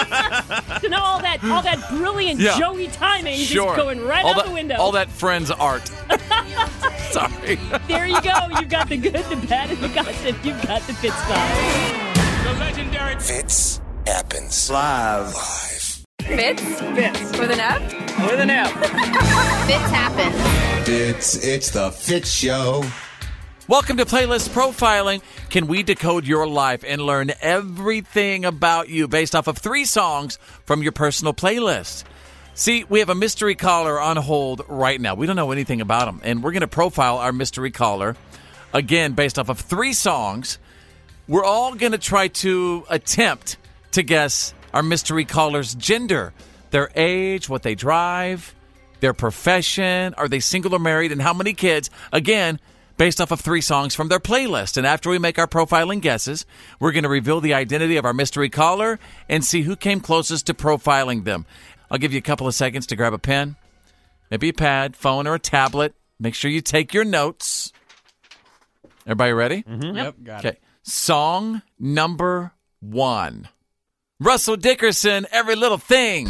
S12: now all that all that brilliant
S9: Yeah.
S12: Joey timing
S9: sure.
S12: is going right
S9: all
S12: out
S9: that,
S12: the window.
S9: All that friends art. <laughs> Sorry.
S12: There you go. You've got the good, the bad, and the gossip. You've got the fit spot.
S4: The legendary
S13: Fits happens live. Live.
S5: Fitz? Fitz. With an F? With an F. Fitz happens.
S13: It's it's the Fit Show.
S9: Welcome to Playlist Profiling. Can we decode your life and learn everything about you based off of three songs from your personal playlist? See, we have a mystery caller on hold right now. We don't know anything about him, and we're going to profile our mystery caller again based off of three songs. We're all going to try to attempt to guess our mystery caller's gender, their age, what they drive, their profession, are they single or married, and how many kids. Again, based off of three songs from their playlist. And after we make our profiling guesses, we're going to reveal the identity of our mystery caller and see who came closest to profiling them. I'll give you a couple of seconds to grab a pen, maybe E a pad, phone, or a tablet. Make sure you take your notes. Everybody ready? Mm-hmm.
S11: Yep, got it.
S9: Okay. Song number one Russell Dickerson, Every Little Thing.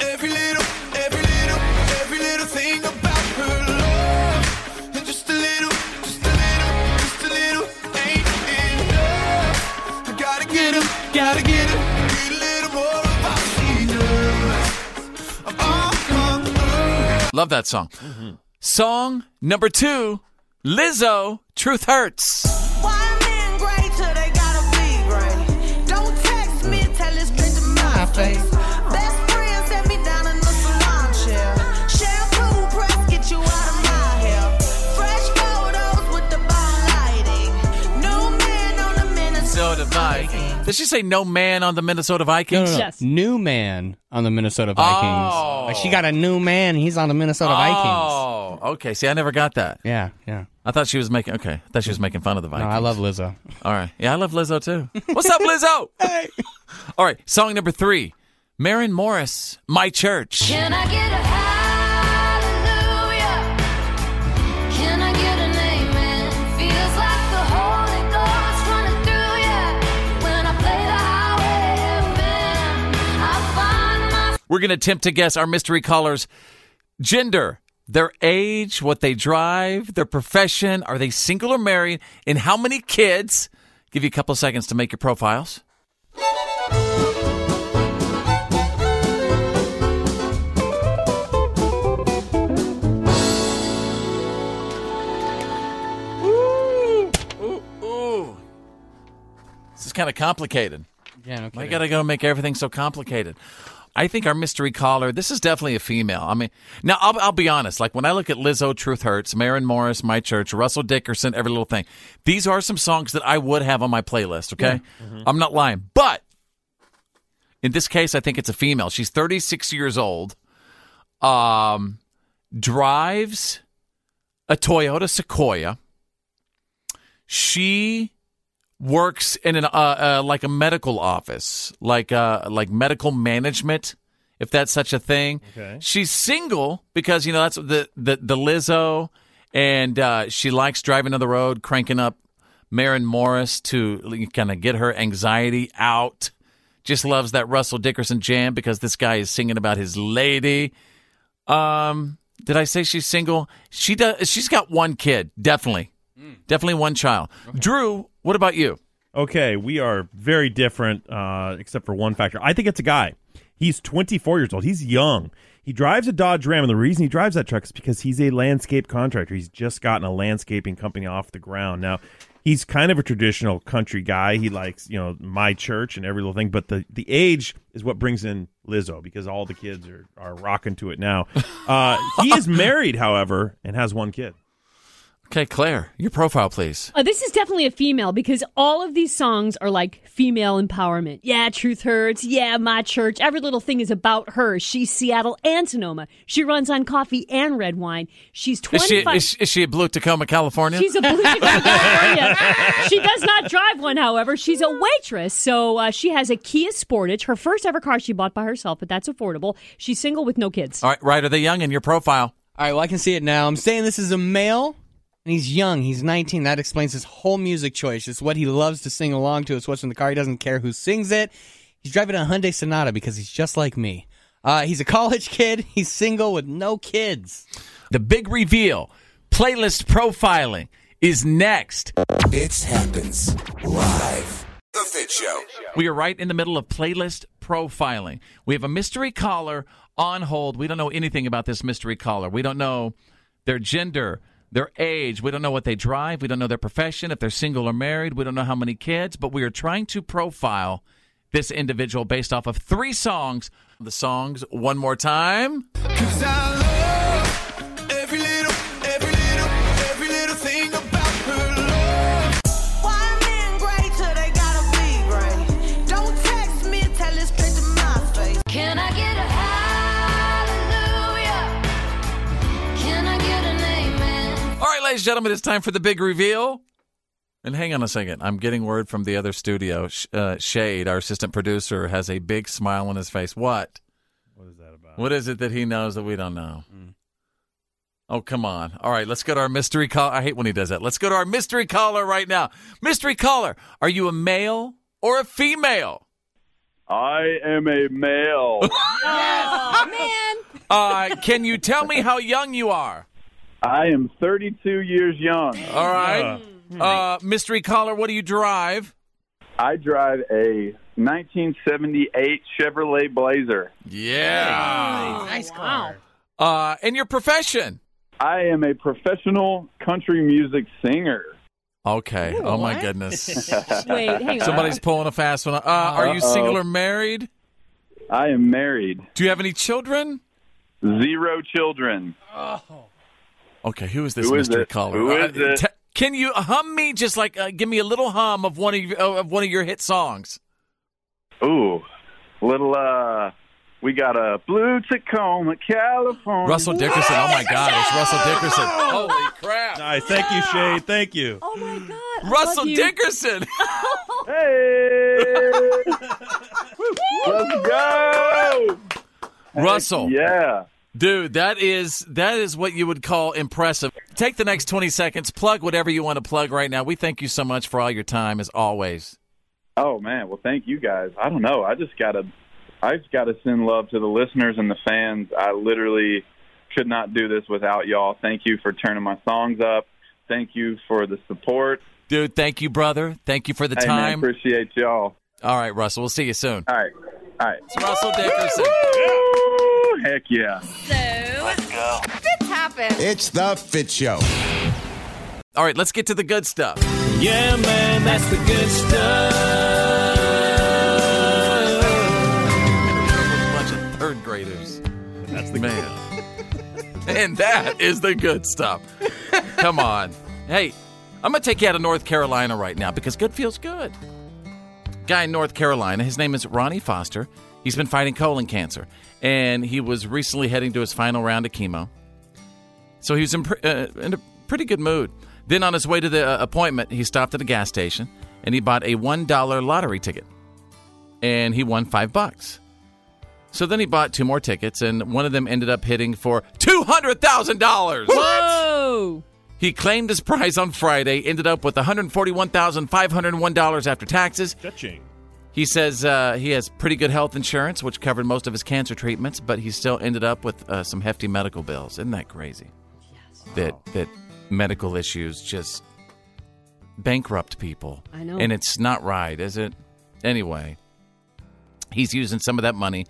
S8: Every little, every little, every little thing about her love. And just a little, just a little, just a little ain't enough. I gotta get him, gotta get him. Get a little more of what she does. I'm all hung up.
S9: Love that song.
S11: Mm-hmm.
S9: Song number two Lizzo, Truth Hurts.
S17: great till they gotta be great. Don't text me, tell it straight to my face. Best friend sat me down in the salon chair. Shampoo press, get you out of my hair. Fresh photos with the bomb lighting. New man on the
S9: Minnesota Vikings. Did she say no man on the Minnesota Vikings?
S11: New man on the Minnesota Vikings. Like she got a new man. He's on the Minnesota Vikings.
S9: Oh, okay. See, I never got that.
S11: Yeah, yeah.
S9: I thought she was making okay. I thought she was making fun of the Vikings.
S11: I love Lizzo.
S9: All right. Yeah, I love Lizzo too. What's up, Lizzo? hey. All right. Song number three, Marin Morris, My Church.
S8: Can I get a
S9: We're going to attempt to guess our mystery callers' gender, their age, what they drive, their profession, are they single or married, and how many kids. Give you a couple of seconds to make your profiles. Ooh, ooh, ooh. This is kind of complicated.
S11: Yeah, no
S9: Why you
S11: kidding.
S9: gotta go make everything so complicated? I think our mystery caller. This is definitely a female. I mean, now I'll, I'll be honest. Like when I look at Lizzo, Truth Hurts, Maren Morris, My Church, Russell Dickerson, every little thing. These are some songs that I would have on my playlist. Okay,
S18: Yeah. Mhm.
S9: I'm not lying. But in this case, I think it's a female. She's 36 years old. Um, drives a Toyota Sequoia. She works in an uh, uh, like a medical office, like uh, like medical management, if that's such a thing.
S10: Okay.
S9: She's single because you know that's the the, the Lizzo, and uh, she likes driving on the road, cranking up Marin Morris to kind of get her anxiety out. Just loves that Russell Dickerson jam because this guy is singing about his lady. Um, did I say she's single? She does. She's got one kid, definitely, definitely one child. Drew, what about you?
S10: Okay, we are very different, uh, except for one factor. I think it's a guy. He's 24 years old. He's young. He drives a Dodge Ram, and the reason he drives that truck is because he's a landscape contractor. He's just gotten a landscaping company off the ground. Now, he's kind of a traditional country guy. He likes, you know, my church and every little thing, but the, the age is what brings in Lizzo because all the kids are, are rocking to it now. Uh, he
S9: <laughs>
S10: is married, however, and has one kid.
S9: Okay, Claire, your profile, please.
S12: Uh, this is definitely a female because all of these songs are like female empowerment. Yeah, truth hurts. Yeah, my church. Every little thing is about her. She's Seattle and Sonoma. She runs on coffee and red wine. She's
S9: Is she,
S12: 25.
S9: is, is she a blue Tacoma, California?
S12: She's a blue California. she does not drive one, however. She's a waitress, so uh, she has a Kia Sportage, her first ever car she bought by herself, but that's affordable. She's single with no kids.
S9: <laughs> All right, right. Are they young in your profile?
S11: All right, well, I can see it now. I'm saying this is a male, and he's young. He's 19. That explains his whole music choice. It's what he loves to sing along to. It's what's in the car. He doesn't care who sings it. He's driving a Hyundai Sonata because he's just like me. Uh, he's a college kid. <laughs> He's single with no kids.
S9: The big reveal playlist profiling is next.
S13: It happens live. The Fit Show.
S9: We are right in the middle of playlist profiling. We have a mystery caller on hold. We don't know anything about this mystery caller. We don't know their gender, their age. We don't know what they drive. We don't know their profession, if they're single or married. We don't know how many kids, but we are trying to profile this individual based off of three songs. The songs, one more time.
S8: Every little, every little, every little thing about her love.
S17: Why men great till they gotta be great? Don't text me, tell it straight to my face. Can I get a hallelujah? Can I get an amen?
S9: All right, ladies and gentlemen, it's time for the big reveal. And hang on a second. I'm getting word from the other studio. Sh- Uh, Shade, our assistant producer, has a big smile on his face. What? What is that about? Mm. What is it that he knows that we don't know? Oh, come on. All right, let's go to our mystery caller. I hate when he does that. Let's go to our mystery caller right now. Mystery caller, are you a male or a female?
S19: I am a male.
S9: Uh, can you tell me how young you are?
S19: I am 32 years young.
S9: All right. Uh, mystery caller, what do you drive?
S19: I drive a 1978 Chevrolet Blazer.
S9: Yeah.
S8: Nice car.
S9: Uh, and your profession?
S19: I am a professional country music singer.
S9: <laughs> Okay. oh my goodness.
S19: <laughs> Wait, hang on.
S9: Somebody's pulling a fast one. Uh, are you
S19: Uh-oh.
S9: single or married?
S19: I am married.
S9: Do you have any children? Oh.
S19: Zero children.
S9: Okay, who is this
S19: Who is
S9: mystery
S19: it?
S9: caller?
S19: Who is
S9: Uh,
S19: it?
S9: te- can you hum me just like uh, give me a little hum of one of your, of one of your hit songs?
S19: Ooh, little uh, We got a blue Tacoma, California.
S9: Russell Dickerson. Oh my God, it's Russell
S19: Oh.
S9: Dickerson.
S19: Holy
S9: crap!
S10: Nice. Thank you, Shade. Thank you.
S12: Oh my God.
S9: Russell Dickerson.
S19: hey. Let's go.
S9: Russell.
S19: Yeah.
S9: Dude, that is that is what you would call impressive. Take the next 20 seconds, plug whatever you want to plug right now. We thank you so much for all your time as always.
S19: Oh man, well thank you guys. I don't know. I just gotta I just gotta send love to the listeners and the fans. I literally could not do this without y'all. Thank you for turning my songs up. Thank you for the support.
S9: Dude, thank you, brother. Thank you for the
S19: Hey, man,
S9: time.
S19: appreciate y'all.
S9: All right, Russell. We'll see you soon.
S19: All right. All right.
S9: It's Russell Dickerson.
S19: Woo! Oh, Heck yeah.
S5: Let's
S13: go.
S5: Fits happen.
S13: It's the Fit Show.
S9: All right, let's get to the good stuff.
S4: Yeah, man, that's the good stuff.
S9: Bunch of third graders. That's the man. <laughs> and that is the good stuff. Come on. Hey, I'm going to take you out of North Carolina right now because good feels good. Guy in North Carolina, his name is Ronnie Foster. He's been fighting colon cancer and he was recently heading to his final round of chemo. So he was in, pr- uh, in a pretty good mood. Then on his way to the uh, appointment, he stopped at a gas station and he bought a $1 lottery ticket and he won 5 bucks. So then he bought two more tickets, and one of them ended up hitting for two hundred thousand dollars.
S12: Whoa!
S9: He claimed his prize on Friday, ended up with one hundred forty-one thousand five hundred one dollars after taxes.
S10: Touching.
S9: He says uh, he has pretty good health insurance, which covered most of his cancer treatments, but he still ended up with uh, some hefty medical bills. Isn't that crazy? Yes. That that medical issues just bankrupt people.
S12: I know.
S9: And it's not right, is it? Anyway, he's using some of that money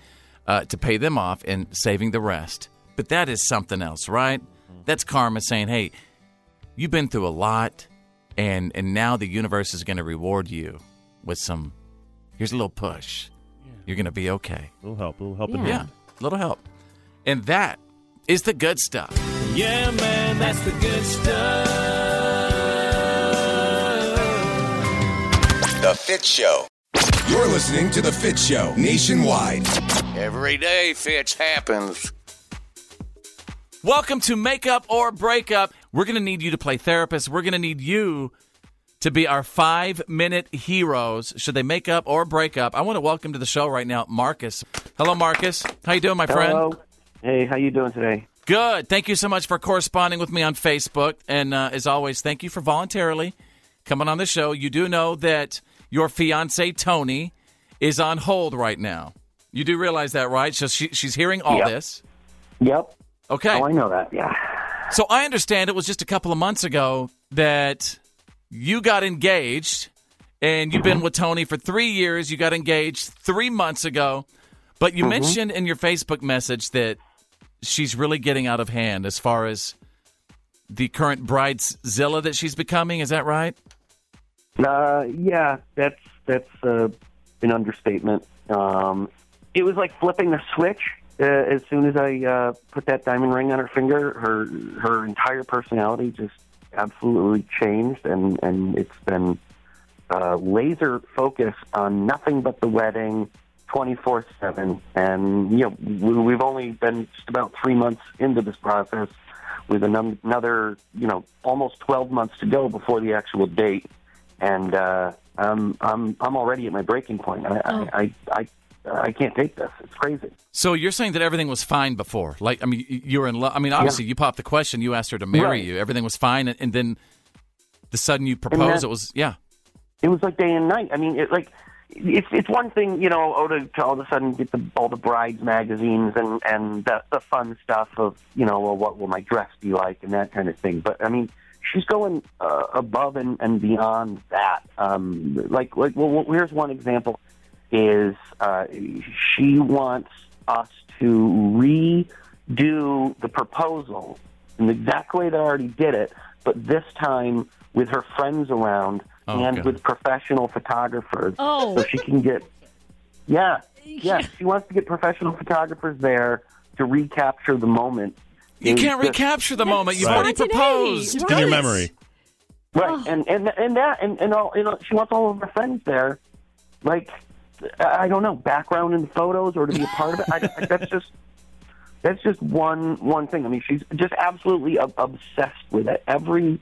S9: uh, to pay them off and saving the rest. But that is something else, right? That's karma saying, "Hey, you've been through a lot, and and now the universe is going to reward you with some. Here's a little push. You're going to be okay.
S10: little help, little help.
S9: Yeah. little help. And that is the good stuff.
S4: Yeah, man, that's the good stuff.
S13: The Fit Show. You're listening to The Fit Show nationwide.
S14: Every day, Fitz happens.
S9: Welcome to Makeup or Breakup. We're going to need you to play therapist. We're going to need you to be our five minute heroes. Should they make up or break up? I want to welcome to the show right now, Marcus. Hello, Marcus. How you doing, my friend?
S18: Hello. Hey, how you doing today?
S9: Good. Thank you so much for corresponding with me on Facebook. And uh, as always, thank you for voluntarily coming on the show. You do know that your fiance, Tony, is on hold right now. You do realize that, right? So she, she's hearing all
S18: Yep.
S9: this.
S18: Yep.
S9: Okay.
S18: Oh, I know that. Yeah.
S9: So I understand it was just a couple of months ago that you got engaged and you've been
S18: Mm-hmm.
S9: with Tony for three years. You got engaged three months ago, but
S18: Mm-hmm.
S9: you
S20: Mhm.
S9: mentioned in your Facebook message that she's really getting out of hand as far as the current bridezilla that she's becoming. Is that right?
S18: Uh, yeah, that's that's uh, an understatement. Um, it was like flipping a switch. Uh, as soon as I uh, put that diamond ring on her finger, her her entire personality just absolutely changed, and and it's been uh, laser focus on nothing but the wedding, twenty four seven. And you know, we, we've only been just about three months into this process, with anon- another you know almost twelve months to go before the actual date and uh, I'm I'm I'm already at my breaking point. I I, I I I can't take this. It's crazy.
S9: So you're saying that everything was fine before? Like, I mean, y- you were in love. I mean, obviously, you popped the question. You asked her to marry
S18: Right.
S9: you. Everything was fine, and, and then the sudden you
S18: that-
S9: propose. It was yeah.
S18: It was like day and night. I mean, it like it's it's one thing, you know, oh, to, to all of a sudden get the all the brides magazines and and the, the fun stuff of you know, well, what will my dress be like and that kind of thing. But I mean, she's going uh, above and, and beyond that. Um, like like well, here's one example is uh, she wants us to redo the proposal in the exact way that I already did it, but this time with her friends around
S9: Oh,
S18: and
S9: God.
S18: with professional photographers.
S12: Oh.
S18: So she can get, yeah, yeah, she wants to get professional photographers there to recapture the moment.
S9: You
S18: It's
S9: can't
S18: just-
S9: recapture the moment. You've already proposed.
S18: Right, and and and that and and all you know, she wants all of her friends there. Like, I don't know background in photos or to be a part of it. I, I- that's just that's just one one thing. I mean, she's just absolutely ob- obsessed with it. Every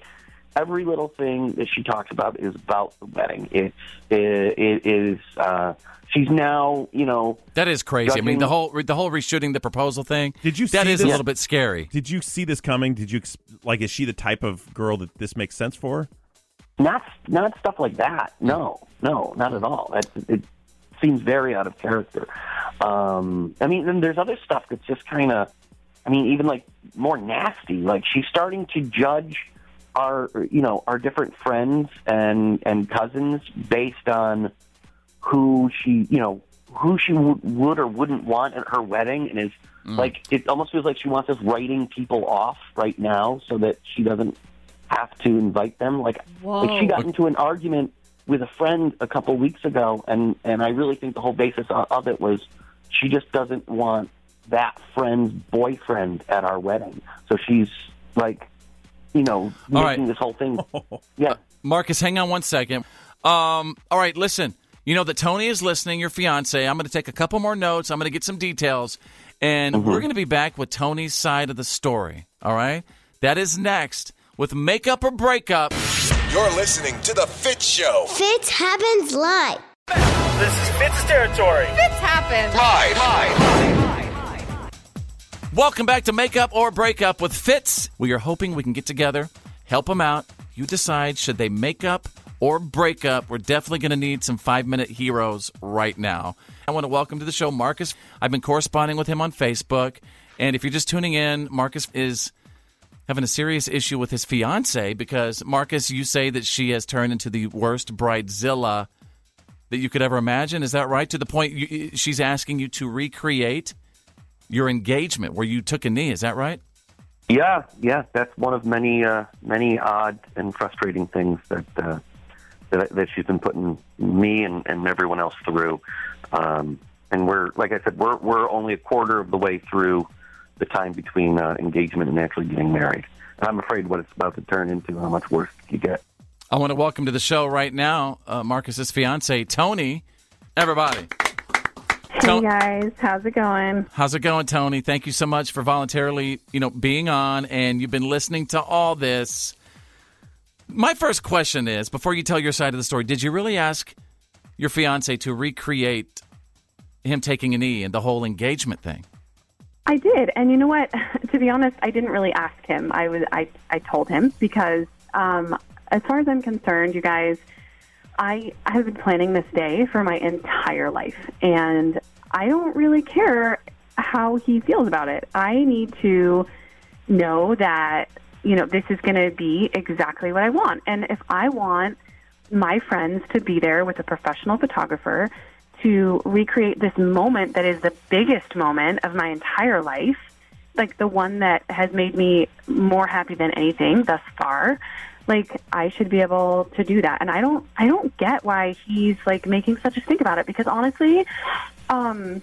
S18: every little thing that she talks about is about the wedding. It it, it is. Uh, she's now you know
S9: That is crazy. I mean,
S18: Judging-
S9: the whole the whole reshooting the proposal thing. Did you? That
S10: see
S9: is a
S10: this-
S9: little bit scary.
S10: Did you see this coming? Did you ex- like? Is she the type of girl that this makes sense for?
S18: not not stuff like that. No, no, not at all. It, it seems very out of character. Um, I mean, then there's other stuff that's just kind of, I mean, even like more nasty. Like she's starting to judge our, you know, our different friends and and cousins based on who she, you know, who she would, would or wouldn't want at her wedding, and is like it almost feels like she wants us writing people off right now so that she doesn't have to invite them. Like,
S8: Whoa.
S18: like she got into an argument with a friend a couple weeks ago, and and I really think the whole basis o- of it was she just doesn't want that friend's boyfriend at our wedding, so she's like, you know,
S9: All
S18: making
S9: right.
S18: this whole
S9: <laughs>
S18: thing. Yeah.
S9: Marcus, hang on one second. Um, all right, listen. You know that Tony is listening, your fiance. I'm going to take a couple more notes. I'm going to get some details, and we're going to be back with Tony's side of the story. All right, that is next with makeup or breakup.
S13: You're listening to The Fit Show.
S2: Fitz happens live.
S4: This is Fitz's territory.
S5: Fitz happens.
S13: Live, live.
S9: Welcome back to Makeup or Breakup with Fitz. We are hoping we can get together, help them out. You decide should they make up or break up. We're definitely going to need some five minute heroes right now. I want to welcome to the show Marcus. I've been corresponding with him on Facebook. And if you're just tuning in, Marcus is having a serious issue with his fiance because, Marcus, you say that she has turned into the worst bridezilla that you could ever imagine. Is that right? To the point you, she's asking you to recreate your engagement where you took a knee. Is that right?
S18: Yeah, yeah, that's one of many uh, many odd and frustrating things that uh, that, that she's been putting me and, and everyone else through. Um, and we're like I said, we're we're only a quarter of the way through the time between uh, engagement and actually getting married. And I'm afraid what it's about to turn into, how much worse you get.
S9: I want to welcome to the show right now uh, Marcus's fiance, Tony. Everybody,
S20: Hey guys, how's it going?
S9: how's it going, Tony? Thank you so much for voluntarily, you know, being on, and you've been listening to all this. My first question is: Before you tell your side of the story, did you really ask your fiance to recreate him taking a knee and the whole engagement thing?
S20: I did, and you know what? <laughs> to be honest, I didn't really ask him. I was I I told him because um, as far as I'm concerned, you guys, I I have been planning this day for my entire life, and I don't really care how he feels about it. I need to know that you know this is going to be exactly what I want, and if I want my friends to be there with a professional photographer to recreate this moment that is the biggest moment of my entire life, like the one that has made me more happy than anything thus far. Like I should be able to do that, and I don't. I don't get why he's like making such a stink about it because honestly, um,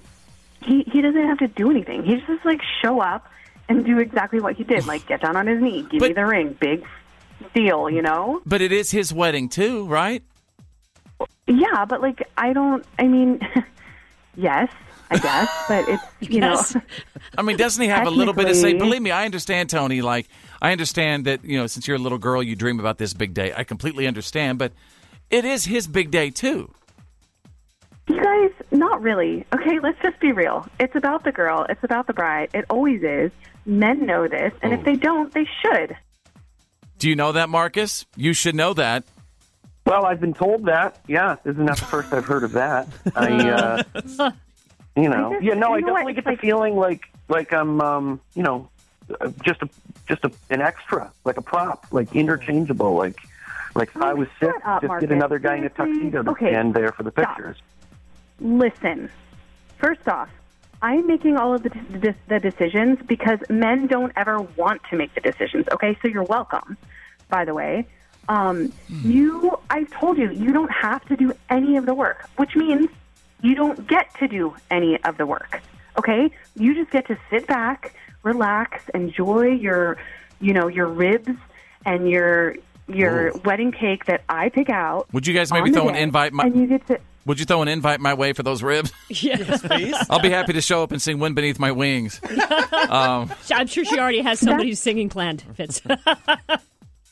S20: he he doesn't have to do anything. He just like show up and do exactly what he did. Like get down on his knee, give me the ring, big deal, you know.
S9: But it is his wedding too, right?
S20: Yeah, but like I don't. I mean, <laughs> yes, I guess, but it's you <laughs> know.
S9: I mean, doesn't he have a little bit of say?
S20: Technically-
S9: Believe me, I understand, Tony. Like, I understand that you know, since you're a little girl, you dream about this big day. I completely understand, but it is his big day too.
S20: You guys, not really. Okay, let's just be real. It's about the girl. It's about the bride. It always is. Men know this, and if they don't, they should.
S9: Do you know that, Marcus? You should know that.
S18: Well, I've been told that. Yeah, this is not the first I've heard of that.
S20: <laughs>
S18: I, uh, you know, yeah, no, I
S20: you know what,
S18: definitely get the feeling like like I'm, um, you know, uh, just a just a, an extra, like a prop, like interchangeable, like like if I was sick,
S20: up,
S18: just
S20: Marcus.
S18: get another guy in a tuxedo to
S20: Okay,
S18: stand there for the
S20: stop.
S18: pictures.
S20: Listen, first off, I'm making all of the, the, the decisions because men don't ever want to make the decisions. Okay, so you're welcome. By the way, um,
S9: Hmm.
S20: you, I've told you, you don't have to do any of the work, which means you don't get to do any of the work. Okay, you just get to sit back, relax, enjoy your, you know, your ribs and your your wedding cake that I pick out.
S9: Would you guys maybe
S20: on the
S9: throw an
S20: day,
S9: invite? My,
S20: and you get to
S9: Would you throw an invite my way for those ribs? <laughs>
S12: Yes, please.
S9: I'll be happy to show up and sing "Wind Beneath My Wings." Um,
S12: <laughs> I'm sure she already has somebody who's singing planned,
S9: <laughs>
S12: Fitz.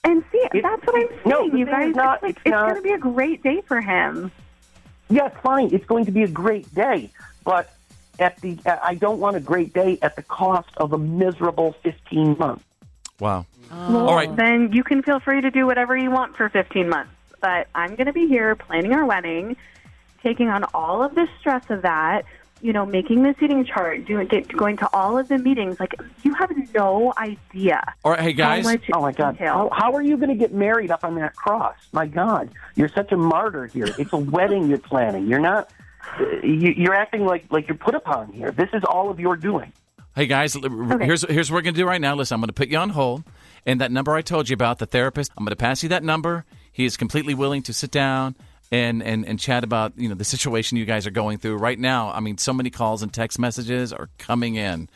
S20: And see, that's what I'm saying,
S12: No, the
S20: you
S12: thing
S20: guys.
S12: is not-
S20: it's like,
S12: it's
S20: it's
S12: not-
S20: going to be a great day for him.
S18: Yeah, it's fine. It's going to be a great day, but at the I don't want a great day at the cost of a miserable 15 months.
S9: Wow.
S20: Well,
S9: All right.
S20: Then you can feel free to do whatever you want for 15 months. But I'm going to be here planning our wedding, taking on all of the stress of that, you know, making this eating chart, doing, get, going to all of the meetings. Like, you have no idea.
S9: All right, hey
S18: guys. oh my god. How, how are you going to get married up on that cross? My god. You're such a martyr here. It's a wedding you're planning. You're not uh, you, you're acting like like you're put upon here. This is all of your doing.
S9: Hey guys, l- r- here's here's what we're gonna do right now. Listen, I'm gonna put you on hold, and that number I told you about, the therapist, I'm gonna pass you that number. He is completely willing to sit down and and and chat about you know the situation you guys are going through right now. I mean, so many calls and text messages are coming in.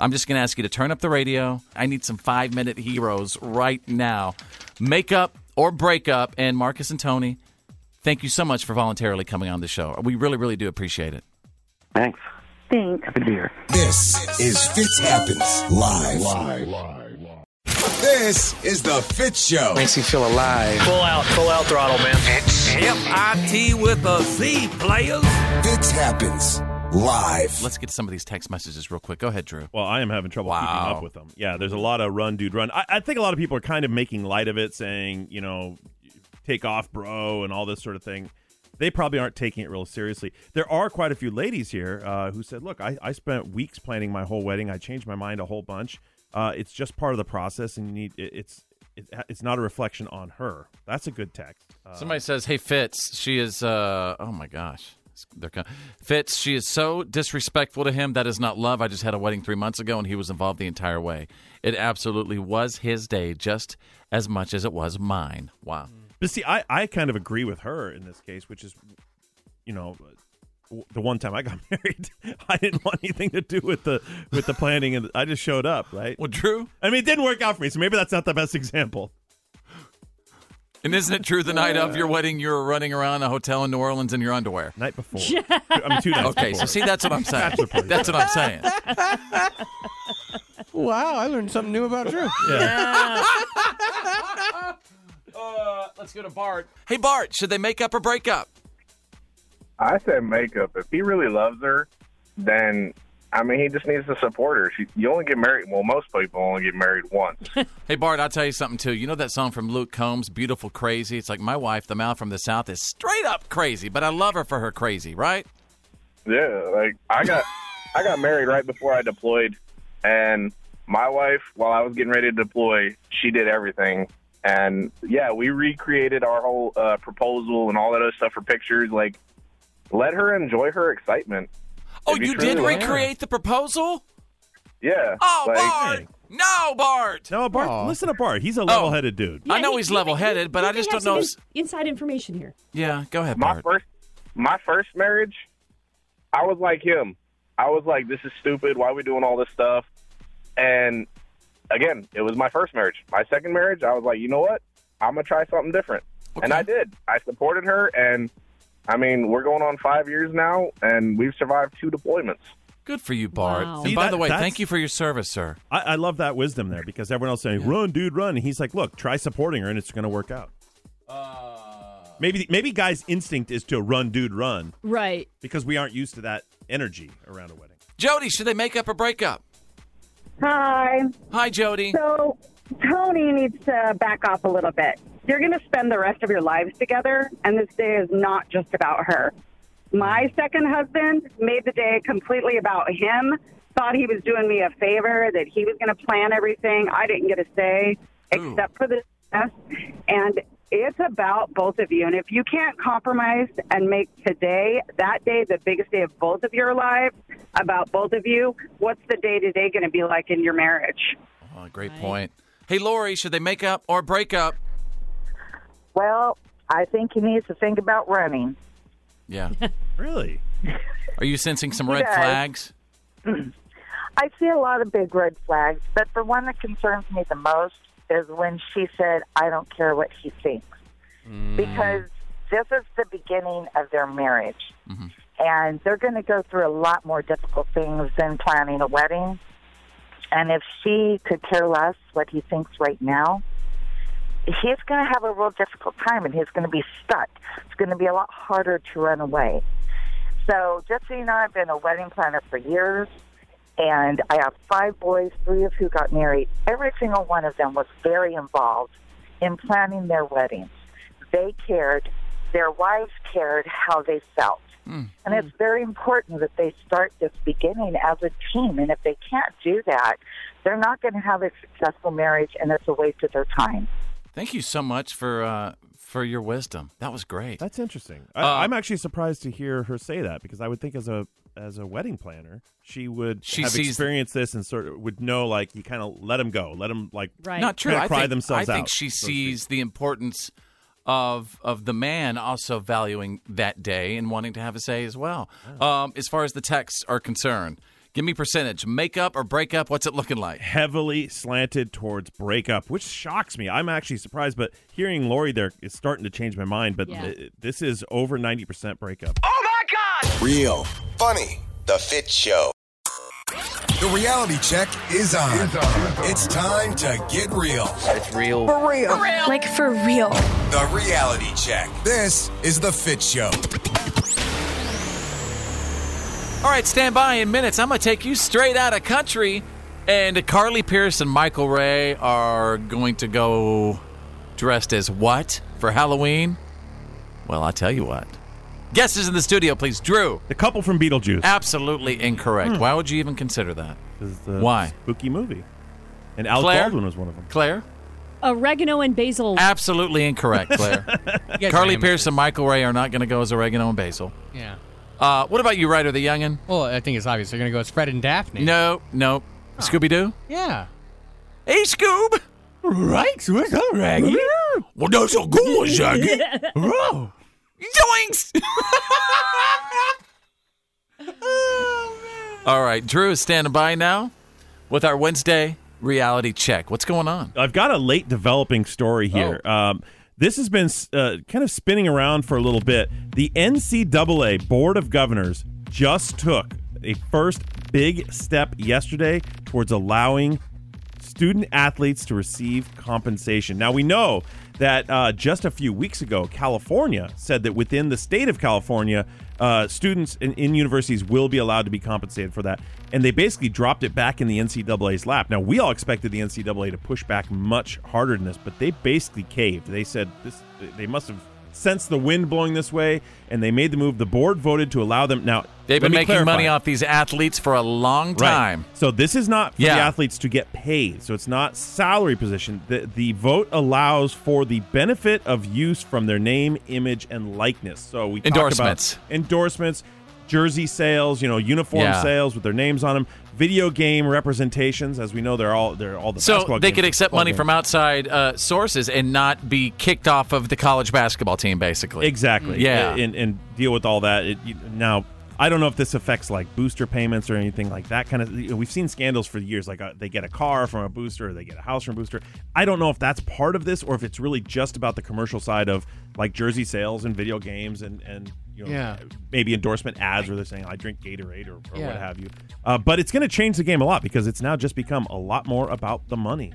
S9: I'm just gonna ask you to turn up the radio. I need some five minute heroes right now. Make up or break up, and Marcus and Tony. Thank you so much for voluntarily coming on the show. We really, really do appreciate it.
S18: Thanks.
S20: Thanks.
S18: Happy to be here.
S13: This is Fitz Happens Live. This is the Fitz Show. Makes you feel alive.
S4: Full out, full out throttle, man.
S7: F-I-T with a Z, players.
S13: Fitz happens live.
S9: Let's get some of these text messages real quick. Go ahead, Drew.
S10: Well, I am having trouble keeping
S9: Wow. Mm-hmm.
S10: up with them. Yeah, there's a lot of run, dude, run. I, I think a lot of people are kind of making light of it, saying, you know, take off, bro, and all this sort of thing. They probably aren't taking it real seriously. There are quite a few ladies here uh, who said, look, I, I spent weeks planning my whole wedding. I changed my mind a whole bunch. Uh, it's just part of the process, and you need it, it's it, it's not a reflection on her. That's a good text. Uh,
S9: Somebody says, "Hey Fitz, she is." Uh, oh my gosh, they're co- Fitz. She is so disrespectful to him. That is not love. I just had a wedding three months ago, and he was involved the entire way. It absolutely was his day, just as much as it was mine. Wow.
S10: But see, I, I kind of agree with her in this case, which is, you know, w- the one time I got <laughs> married, I didn't want anything to do with the with the planning, and I just showed up, right?
S9: Well, Drew,
S10: I mean, it didn't work out for me, so maybe that's not the best example.
S9: And isn't it true? The night of your wedding, you were running around a hotel in New Orleans in your underwear.
S10: Night before. I mean, two nights
S9: Okay, so
S10: before.
S9: see, that's what I'm saying.
S10: That's the point.
S9: that's what I'm saying.
S5: Wow, I learned something new about Drew.
S9: Uh, let's go to Bart. Hey Bart, should they make up or break up?
S21: I said makeup. If he really loves her, then I mean he just needs to support her. She, you only get married. Well, most people only get married once.
S9: Hey Bart, I'll tell you something too. You know that song from Luke Combs, "Beautiful Crazy"? It's like my wife, the mouth from the south, is straight up crazy, but I love her for her crazy, right?
S21: yeah, like I got I got married right before I deployed, and my wife, while I was getting ready to deploy, she did everything. And yeah, we recreated our whole uh, proposal and all that other stuff for pictures. Like, let her enjoy her excitement.
S9: Oh,
S21: If you
S9: you
S21: truly
S9: did
S21: love her-
S9: recreate the proposal?
S21: Yeah.
S9: Oh,
S21: like-
S9: Bart! Oh. No, Bart!
S10: No, Bart, listen to Bart. He's a level-headed dude.
S9: I know he's level-headed, but I just don't know. s-
S12: Inside information here.
S9: Yeah, go ahead,
S21: my
S9: Bart.
S21: first my first marriage i was like him i was like this is stupid why are we doing all this stuff and again it was my first marriage my second marriage i was like you know what i'm gonna try something different and i did i supported her and i mean we're going on five years now and we've survived two deployments
S9: Good for you, Bart.
S21: Wow.
S9: And
S21: See,
S9: by
S21: that-
S9: the way,
S21: that's-
S9: thank you for your service, sir.
S10: I, I love that wisdom there because everyone else saying, "Run, dude, run." And he's like, "Look, try supporting her, and it's going to work out."
S9: Uh.
S10: maybe maybe guys' instinct is to run, dude, run,
S12: Right.
S10: because we aren't used to that energy around a wedding.
S9: Jody, should they make up or break up?
S22: Hi.
S9: Hi, Jody.
S22: So, Tony needs to back off a little bit. You're going to spend the rest of your lives together, and this day is not just about her. My second husband made the day completely about him, thought he was doing me a favor, that he was going to plan everything. I didn't get a say except for the mess. And it's about both of you. And if you can't compromise and make today, that day, the biggest day of both of your lives, about both of you, what's the day to day going to be like in your marriage?
S9: Oh, great point. Hey, Lori, should they make up or break up?
S23: Well, I think he needs to think about running.
S9: Yeah.
S10: really?
S9: Are you sensing some
S23: He
S9: red
S23: does.
S9: flags?
S23: I see a lot of big red flags, but the one that concerns me the most is when she said, I don't care what he thinks. Because this is the beginning of their marriage. And they're going to go through a lot more difficult things than planning a wedding. And if she could care less what he thinks right now, he's going to have a real difficult time and he's going to be stuck. It's going to be a lot harder to run away. So, just so you know, I've been a wedding planner for years and I have five boys, three of who got married. Every single one of them was very involved in planning their weddings. They cared, their wives cared how they felt. And it's very important that they start this beginning as a team. And if they can't do that, they're not going to have a successful marriage and it's a waste of their time.
S9: Thank you so much for uh, for your wisdom. That was great.
S10: That's interesting.
S9: Uh,
S10: I, I'm actually surprised to hear her say that because I would think as a as a wedding planner, she would
S9: She
S10: have
S9: sees-
S10: experienced this and sort of would know like you kind of let them go, let them like
S9: Not true.
S10: kinda
S9: I
S10: cry
S9: think,
S10: themselves
S9: I
S10: out.
S9: think she
S10: so to speak.
S9: sees the importance of of the man also valuing that day and wanting to have a say as well. Um, as far as the texts are concerned, give me percentage. Make up or break up. What's it looking like?
S10: heavily slanted towards breakup, which shocks me. I'm actually surprised, but hearing Lori there is starting to change my mind. But
S13: Yeah.
S10: th- this is over 90% breakup.
S13: Real. Funny. The Fit Show. The reality check is on. It's, time to get real. It's real.
S15: For real. Like for real.
S13: The reality check. This is The Fit Show.
S9: All right, stand by in minutes. I'm going to take you straight out of country. And Carly Pierce and Michael Ray are going to go dressed as what for Halloween? Well, I'll tell you what. Guesses in the studio, please. Drew.
S10: The couple from Beetlejuice.
S9: Absolutely incorrect.
S10: Hmm.
S9: Why would you even consider that?
S10: the
S9: Why?
S10: Spooky movie. And Alec
S9: Claire?
S10: Baldwin was one of them.
S9: Claire?
S12: Oregano and basil.
S9: Absolutely
S12: <laughs>
S9: incorrect, Claire.
S10: <laughs>
S11: guys are
S9: Carly
S11: amateurs.
S9: Pierce and Michael Ray are not going to go as oregano and basil.
S11: Yeah.
S9: Uh, what about you, Ryder the Youngin?
S11: Well, I think it's obvious. They're going to go with Fred and Daphne.
S9: No, no. Scooby Doo?
S11: Yeah.
S9: Hey, Scoob!
S11: Right, so what's up, Raggy?
S9: Well, that's a good one,
S11: <laughs>
S9: <laughs> Shaggy.
S11: Whoa.
S9: Doinks! All right, Drew is standing by now with our Wednesday reality check. What's going on?
S10: I've got a late developing story here. Um, this has been uh, kind of spinning around for a little bit. The NCAA Board of Governors just took a first big step yesterday towards allowing student athletes to receive compensation. Now, we know that uh, just a few weeks ago, California said that within the state of California, uh, students in, in universities will be allowed to be compensated for that. And they basically dropped it back in the NCAA's lap. Now, we all expected the NCAA to push back much harder than this, but they basically caved. They said this, they must have sensed the wind blowing this way, and they made the move. The board voted to allow them. Now,
S9: They've been
S10: let me
S9: making money
S10: clarify.
S9: off these athletes for a long time.
S10: Right. So this is not for
S9: Yeah.
S10: the athletes to get paid. So it's not salary position. The, the vote allows for the benefit of use from their name, image, and likeness. So we
S9: Endorsements.
S10: talk about endorsements, jersey sales, you know, uniform
S9: Yeah.
S10: sales with their names on them, video game representations. As we know, they're all they're all the
S9: So
S10: basketball
S9: they
S10: games
S9: could
S10: and
S9: accept
S10: football
S9: money
S10: games.
S9: from outside uh, sources and not be kicked off of the college basketball team, basically.
S10: Exactly.
S9: Yeah.
S11: Mm.
S10: And, and deal with all that. It, you, now, I don't know if this affects like booster payments or anything like that. Kind of, you know, we've seen scandals for years. Like uh, they get a car from a booster, or they get a house from a booster. I don't know if that's part of this or if it's really just about the commercial side of like jersey sales and video games and and you know
S11: Yeah.
S10: maybe endorsement ads where they're saying I drink Gatorade or, or what
S11: Yeah.
S10: have you. Uh, but it's going to change the game a lot because it's now just become a lot more about the money.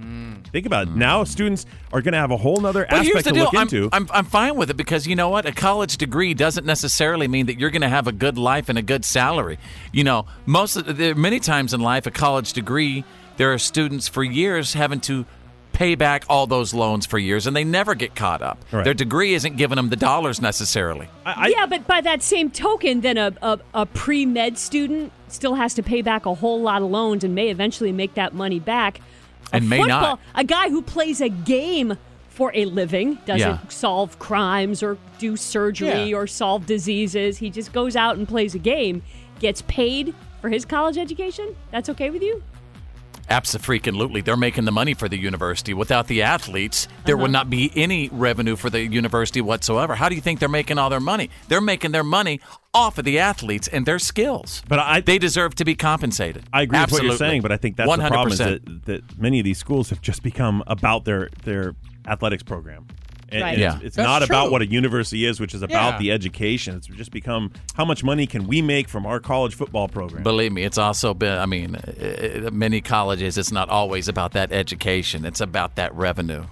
S9: Mm.
S10: Think about it. Now students are going to have a whole nother
S9: But here's
S10: aspect
S9: the
S10: to
S9: deal.
S10: look
S9: I'm,
S10: into.
S9: I'm, I'm fine with it because you know what? A college degree doesn't necessarily mean that you're going to have a good life and a good salary. You know, most of there, are many times in life, a college degree, there are students for years having to pay back all those loans for years, and they never get caught up. Their degree isn't giving them the dollars necessarily.
S12: yeah, but by that same token, then a, a, a pre med student still has to pay back a whole lot of loans and may eventually make that money back. A
S9: And may not.
S12: football- A guy who plays a game for a living doesn't
S9: Yeah.
S12: solve crimes or do surgery
S9: Yeah.
S12: or solve diseases. He just goes out and plays a game, gets paid for his college education. That's okay with you?
S9: Absolutely. They're making the money for the university. Without the athletes, there would
S12: Uh-huh.
S9: not be any revenue for the university whatsoever. How do you think they're making all their money? They're making their money off of the athletes and their skills.
S10: But I,
S9: they deserve to be compensated.
S10: I agree
S9: Absolutely.
S10: with what you're saying, but I think that's the problem is
S9: 100%.
S10: that, that many of these schools have just become about their their athletics program. And
S12: Right.
S10: and
S12: Yeah.
S10: It's, it's
S12: That's
S10: not
S12: true.
S10: about what a university is, which is about
S12: Yeah.
S10: the education. It's just become how much money can we make from our college football program?
S9: Believe me, it's also been, I mean, uh, uh, many colleges, it's not always about that education. It's about that revenue.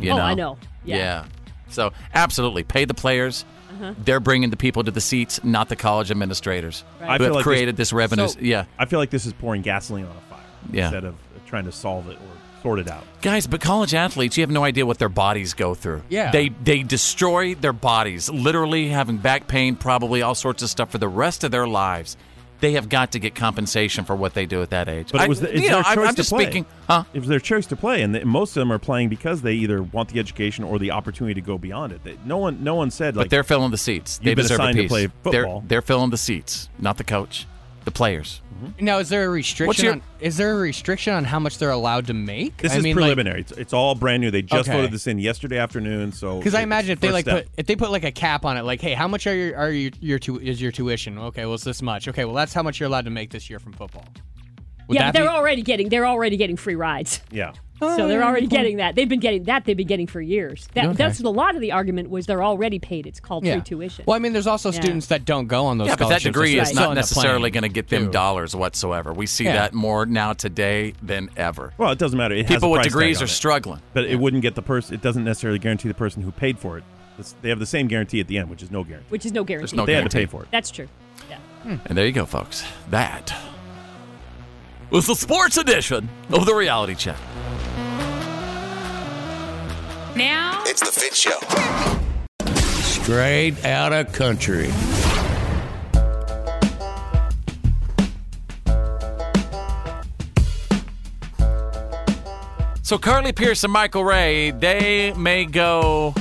S9: You
S12: Oh,
S9: know?
S12: I know. Yeah.
S9: Yeah. So, absolutely, pay the players.
S12: Uh-huh.
S9: They're bringing the people to the seats, not the college administrators
S10: Right. I
S9: who
S10: feel
S9: have
S10: like
S9: created
S10: this-
S9: this, revenue.
S10: So-
S9: yeah.
S10: I feel like this is pouring gasoline on a fire
S9: Yeah.
S10: instead of trying to solve it or sort it out.
S9: Guys, but college athletes, you have no idea what their bodies go through.
S10: Yeah.
S9: They they destroy their bodies, literally having back pain, probably all sorts of stuff for the rest of their lives. They have got to get compensation for what they do at that age.
S10: But
S9: I-
S10: it was the, it's
S9: you know,
S10: their
S9: I-
S10: choice
S9: I'm
S10: to
S9: just
S10: play.
S9: speaking.
S10: It was their choice to play, and th- most of them are playing because they either want the education or the opportunity to go beyond it. They, no one, no one said like
S9: but they're filling the seats.
S10: You've
S9: They
S10: been
S9: deserve a
S10: assigned to
S9: piece.
S10: play
S9: They're-
S10: football.
S9: They're, filling the seats, not the coach, the players.
S11: Now, is there a restriction?
S9: your-
S11: on, is there a restriction on how much they're allowed to make?
S10: This
S11: I
S10: is
S11: mean, like-
S10: preliminary. it's, it's all brand new. They just
S11: Okay.
S10: voted this in yesterday afternoon. So
S11: Because I imagine if they
S10: first
S11: like
S10: step.
S11: put if they put like a cap on it, like, hey, how much are your are your your tu- is your tuition? Okay, well it's this much. Okay, well that's how much you're allowed to make this year from football. Would
S12: yeah, but
S11: that
S12: they're
S11: be-
S12: already getting they're already getting free rides.
S10: yeah.
S12: so they're already getting that. They've been getting that. They've been getting for years. That,
S11: Okay.
S12: That's a lot of the argument was they're already paid. It's called
S11: Yeah.
S12: free tuition.
S11: Well, I mean, there's also
S12: Yeah.
S11: students that don't go on those.
S9: yeah, but that
S11: scholarships.
S9: degree
S11: They're
S9: is
S11: still
S9: not
S11: in the
S9: necessarily
S11: plane.
S9: going to get them dollars whatsoever. We see
S11: Yeah.
S9: that more now today than ever.
S10: Well, it doesn't matter. It has
S9: People
S10: a
S9: with
S10: price tag
S9: degrees
S10: on
S9: are
S10: it.
S9: struggling.
S10: but it wouldn't get the person. It doesn't necessarily guarantee the person who paid for it. It's- they have the same guarantee at the end, which is no guarantee.
S12: which is no guarantee.
S10: no They had to guarantee. pay for it.
S12: That's true. Yeah.
S9: And there you go, folks. That was the sports edition of the reality check.
S5: Now
S13: It's the Fit Show.
S1: Straight out of country.
S9: So Carly Pierce and Michael Ray, they may go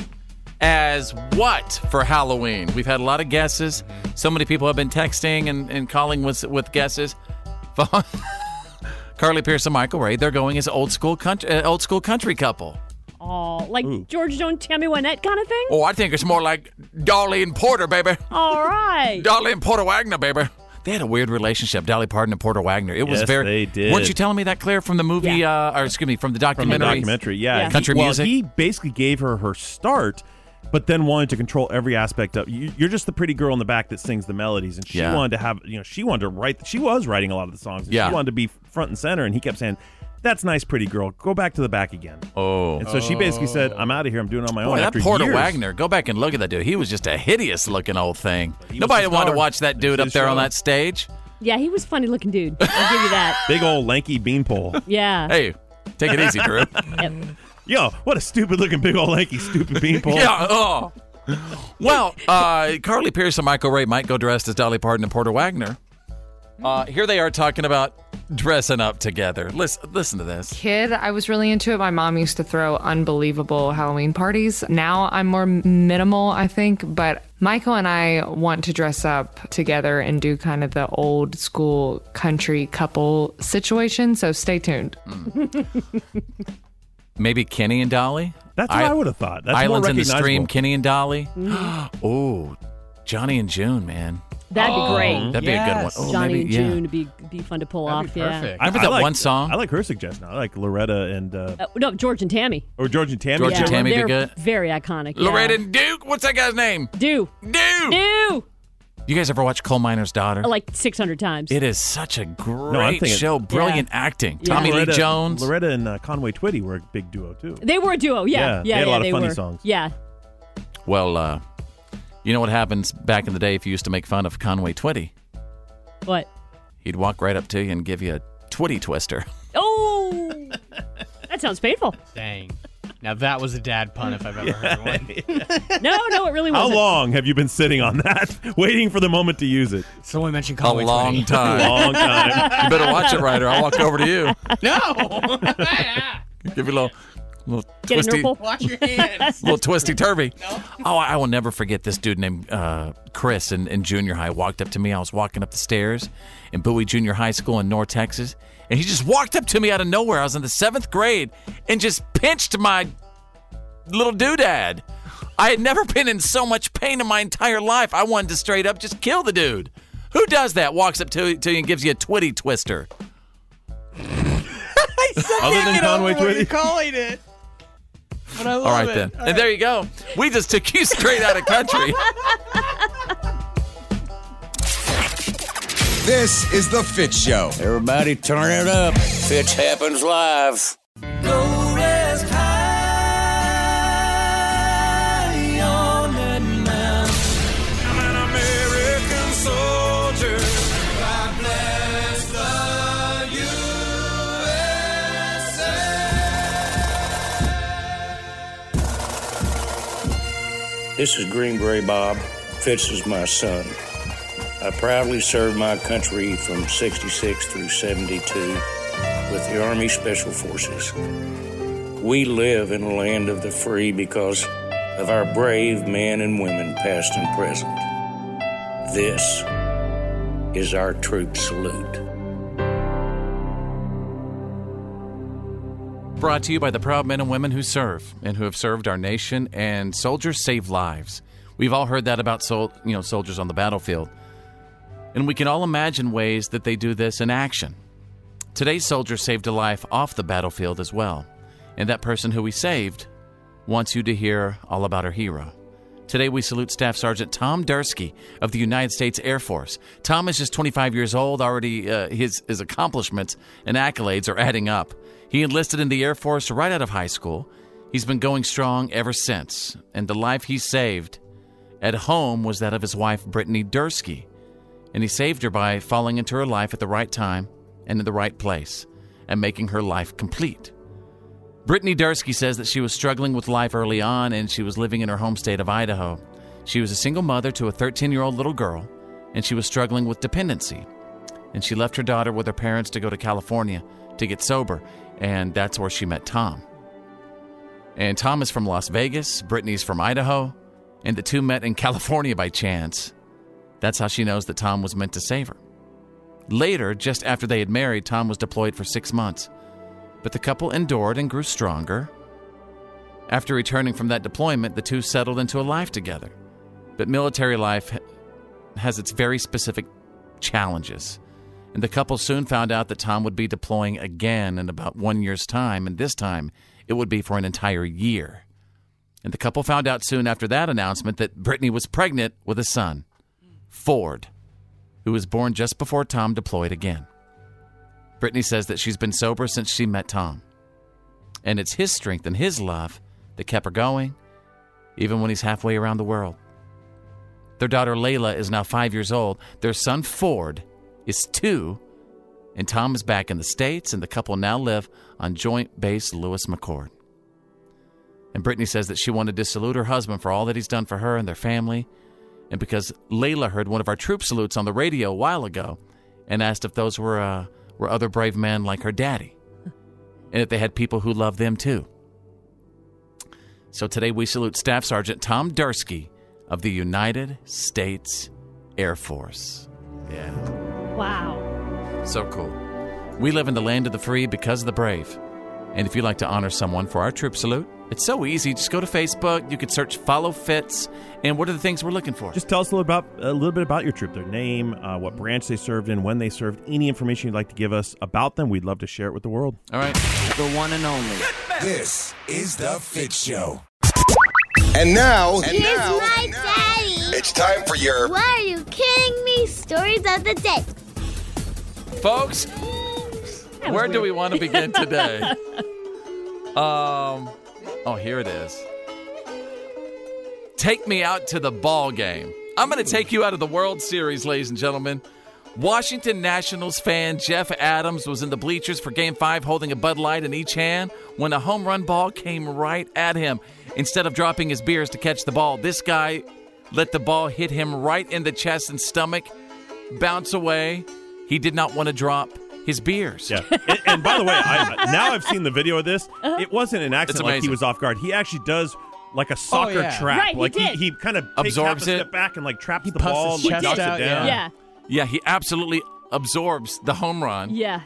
S9: as what for Halloween? We've had a lot of guesses. So many people have been texting and, and calling with with guesses. <laughs> Carly Pierce and Michael Ray, they're going as old school country uh, old school country couple.
S12: Oh, like
S9: Ooh.
S12: George Joan, Tammy Wynette kind of thing.
S9: Oh, I think it's more like Dolly and Porter, baby.
S12: All
S10: <laughs>
S12: right.
S9: Dolly and Porter Wagner, baby. They had a weird relationship, Dolly Parton and Porter Wagner. It was
S10: Yes,
S9: very.
S10: they did.
S9: Weren't you telling me that, Claire, from the movie? Uh, or excuse me, from
S10: from
S9: the
S10: the
S9: documentary.
S10: documentary. Yeah, He-
S9: country
S10: well,
S9: music.
S10: He basically gave her her start, but then wanted to control every aspect of. You, you're just the pretty girl in the back that sings the melodies, and she
S9: Yeah.
S10: wanted to have. You know, she wanted to write. She was writing a lot of the songs. and
S9: Yeah.
S10: she wanted to be front and center, and he kept saying. That's nice, pretty girl. Go back to the back again.
S9: Oh,
S10: and so she basically said, "I'm out of here. I'm doing it on my
S9: Boy,
S10: own."
S9: that
S10: after
S9: Porter
S10: years.
S9: Wagner. Go back and look at that dude. He was just a hideous looking old thing.
S10: was
S9: Nobody
S10: the
S9: wanted to
S10: star.
S9: watch that dude up
S10: his
S9: there on
S10: show.
S9: that stage.
S12: Yeah, he was a funny looking dude. I'll give you that.
S10: big old lanky beanpole.
S12: <laughs> Yeah.
S9: Hey, take it easy,
S10: <laughs>
S9: Drew.
S10: Yo, what a stupid looking big old lanky
S9: <laughs>
S10: stupid beanpole.
S9: Yeah. Oh. Well, uh, Carly Pierce and Michael Ray might go dressed as Dolly Parton and Porter Wagner. Uh, here they are talking about dressing up together. Listen, listen to this.
S3: kid, I was really into it. My mom used to throw unbelievable Halloween parties. Now I'm more minimal, I think, but Michael and I want to dress up together and do kind of the old school country couple situation. So stay tuned.
S9: Maybe Kenny and Dolly.
S10: That's what I would've thought. That's more
S9: Islands in the stream.
S10: recognizable.
S9: Kenny and Dolly.
S12: Mhm.
S9: <gasps> oh, Johnny and June, man.
S12: That'd be great.
S9: Oh, That'd be a good one. Oh,
S12: Johnny
S9: maybe,
S12: and
S9: yeah.
S12: June would be be fun to pull off. Yeah.
S9: Remember that one song?
S10: I like her suggestion. I like Loretta and uh,
S12: Uh, no, George and Tammy.
S10: or George and Tammy.
S9: George and
S12: Yeah,
S9: Tammy be
S12: they're
S9: good.
S12: Very iconic.
S9: Loretta
S12: yeah.
S9: and Duke. What's that guy's name?
S12: Do.
S9: Do.
S12: Do.
S9: You guys ever watch Coal Miner's Daughter?
S12: Like 600 times.
S9: It is such a great
S10: I'm thinking-
S9: show. Brilliant
S10: Yeah.
S9: acting. Tommy Lee
S10: Loretta-
S9: Jones.
S10: Loretta and uh, Conway Twitty were a big duo too.
S12: They were a duo. Yeah.
S10: Yeah,
S12: Yeah.
S10: they had a lot of funny
S12: were.
S10: songs.
S12: Yeah.
S9: Well, uh, you know what happens back in the day if you used to make fun of Conway Twitty?
S12: What?
S9: He'd walk right up to you and give you a
S10: <laughs>
S9: Twitty twister.
S12: Oh. that sounds painful.
S11: Dang. Now that was a dad pun if I've ever heard
S10: <laughs>
S11: one.
S12: No, no, it really
S10: How
S12: wasn't.
S10: long have you been sitting on that, <laughs> waiting for the moment to use it?
S11: Someone mentioned
S9: A long time.
S10: <laughs> long time.
S9: <laughs> You better watch it, Ryder. I'll walk over
S12: <laughs>
S9: to you.
S11: No.
S9: Give you a little, little
S12: Get
S9: twisty,
S12: a nipple.
S11: Watch your hands.
S9: <laughs> little twisty turvy. Oh, I I will never forget this dude named uh, Chris in, in junior high walked up to me. I was walking up the stairs in Bowie Junior High School in North Texas, and he just walked up to me out of nowhere. I was in the seventh grade and just pinched my little doodad. I had never been in so much pain in my entire life. I wanted to straight up just kill the dude. Who does that? Walks up to, to you and gives you a twitty twister.
S11: I
S9: Other than Conway Twitty?
S11: calling it.
S9: But I All right then. and there you go. We just took you straight out of <laughs> country.
S13: This is the Fit Show.
S14: Everybody turn it up. Fitch happens live.
S8: I'm an American soldier. I bless the USA.
S14: This is Green Gray Bob. Fitz is my son. I proudly served my country from 66 through 72 with the Army Special Forces. We live in a land of the free because of our brave men and women, past and present. This is our troop salute.
S9: Brought to you by the proud men and women who serve and who have served our nation and soldiers save lives. We've all heard that about sol- you know soldiers on the battlefield. And we can all imagine ways that they do this in action. Today's soldier saved a life off the battlefield as well. And that person who we saved wants you to hear all about our hero. Today, we salute Staff Sergeant Tom Dursky of the United States Air Force. Tom is just 25 years old. Already, uh, his, his accomplishments and accolades are adding up. He enlisted in the Air Force right out of high school. He's been going strong ever since, and the life he saved at home was that of his wife, Brittany Dursky. And he saved her by falling into her life at the right time and in the right place and making her life complete. Brittany Dursky says that she was struggling with life early on and she was living in her home state of Idaho. She was a single mother to a 13 year old little girl and she was struggling with dependency. And she left her daughter with her parents to go to California to get sober, and that's where she met Tom. And Tom is from Las Vegas, Brittany's from Idaho, and the two met in California by chance. That's how she knows that Tom was meant to save her. Later, just after they had married, Tom was deployed for six months but the couple endured and grew stronger. After returning from that deployment, the two settled into a life together. But military life ha- has its very specific challenges, and the couple soon found out that Tom would be deploying again in about one year's time, and this time it would be for an entire year. And the couple found out soon after that announcement that Brittany was pregnant with a son, Ford, who was born just before Tom deployed again. Brittany says that she's been sober since she met Tom. And it's his strength and his love that kept her going, even when he's halfway around the world. Their daughter Layla is now five years old. Their son Ford is two. And Tom is back in the States, and the couple now live on Joint Base Lewis McCord. And Brittany says that she wanted to salute her husband for all that he's done for her and their family. And because Layla heard one of our troop salutes on the radio a while ago and asked if those were uh, were other brave men like her daddy, <laughs> and that they had people who loved them too. So today we salute Staff Sergeant Tom Dursky of the United States Air Force. Yeah,
S12: Wow.
S9: so cool. We live in the land of the free because of the brave. And if you'd like to honor someone for our troop salute, it's so easy. Just go to Facebook. You could search Follow Fits. And what are the things we're looking for?
S10: Just tell us a little about a little bit about your troop, their name, uh, what branch they served in, when they served, any information you'd like to give us about them. We'd love to share it with the world.
S9: All right.
S10: The one and only.
S13: This is the Fit Show.
S10: And now,
S13: And
S2: Here's
S13: now-
S2: my daddy.
S13: Oh, It's time for your
S2: Why are you kidding me? Stories of the day.
S9: Folks, where do we want to begin today? um, oh, here it is. Take me out to the ball game. I'm going to take you out of the World Series, ladies and gentlemen. Washington Nationals fan Jeff Adams was in the bleachers for Game 5 holding a Bud Light in each hand when a home run ball came right at him. Instead of dropping his beers to catch the ball, this guy let the ball hit him right in the chest and stomach, bounce away. He did not want to drop his beers. <laughs>
S10: Yeah. And, and by the way, I, now I've seen the video of this.
S9: Uh-huh.
S10: It wasn't an accident like he
S9: amazing.
S10: was off guard. He actually does like a soccer
S9: Oh, yeah.
S10: trap.
S9: Right, he
S10: like
S9: did.
S10: he, he kind of takes
S9: Absorbs
S10: half a
S9: it.
S10: step back and like traps the
S9: puffs
S10: ball,
S9: his
S10: like
S9: chest
S10: knocks
S9: out,
S10: it down.
S12: Yeah.
S9: Yeah, he absolutely absorbs the home run.
S12: Yeah.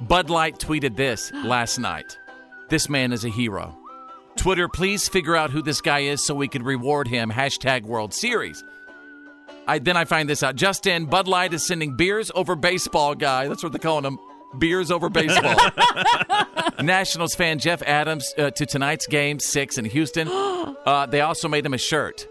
S9: Bud Light tweeted
S12: <gasps>
S9: this last night. This man is a hero. Twitter, please figure out who this guy is so we can reward him. Hashtag World Series. I, then I find this out. Just in, Bud Light is sending beers over baseball guy. That's what they're calling him.
S12: <laughs>
S9: beers over baseball. Nationals fan Jeff Adams uh, to tonight's game six
S12: <gasps>
S9: in Houston. Uh, they also made him a shirt.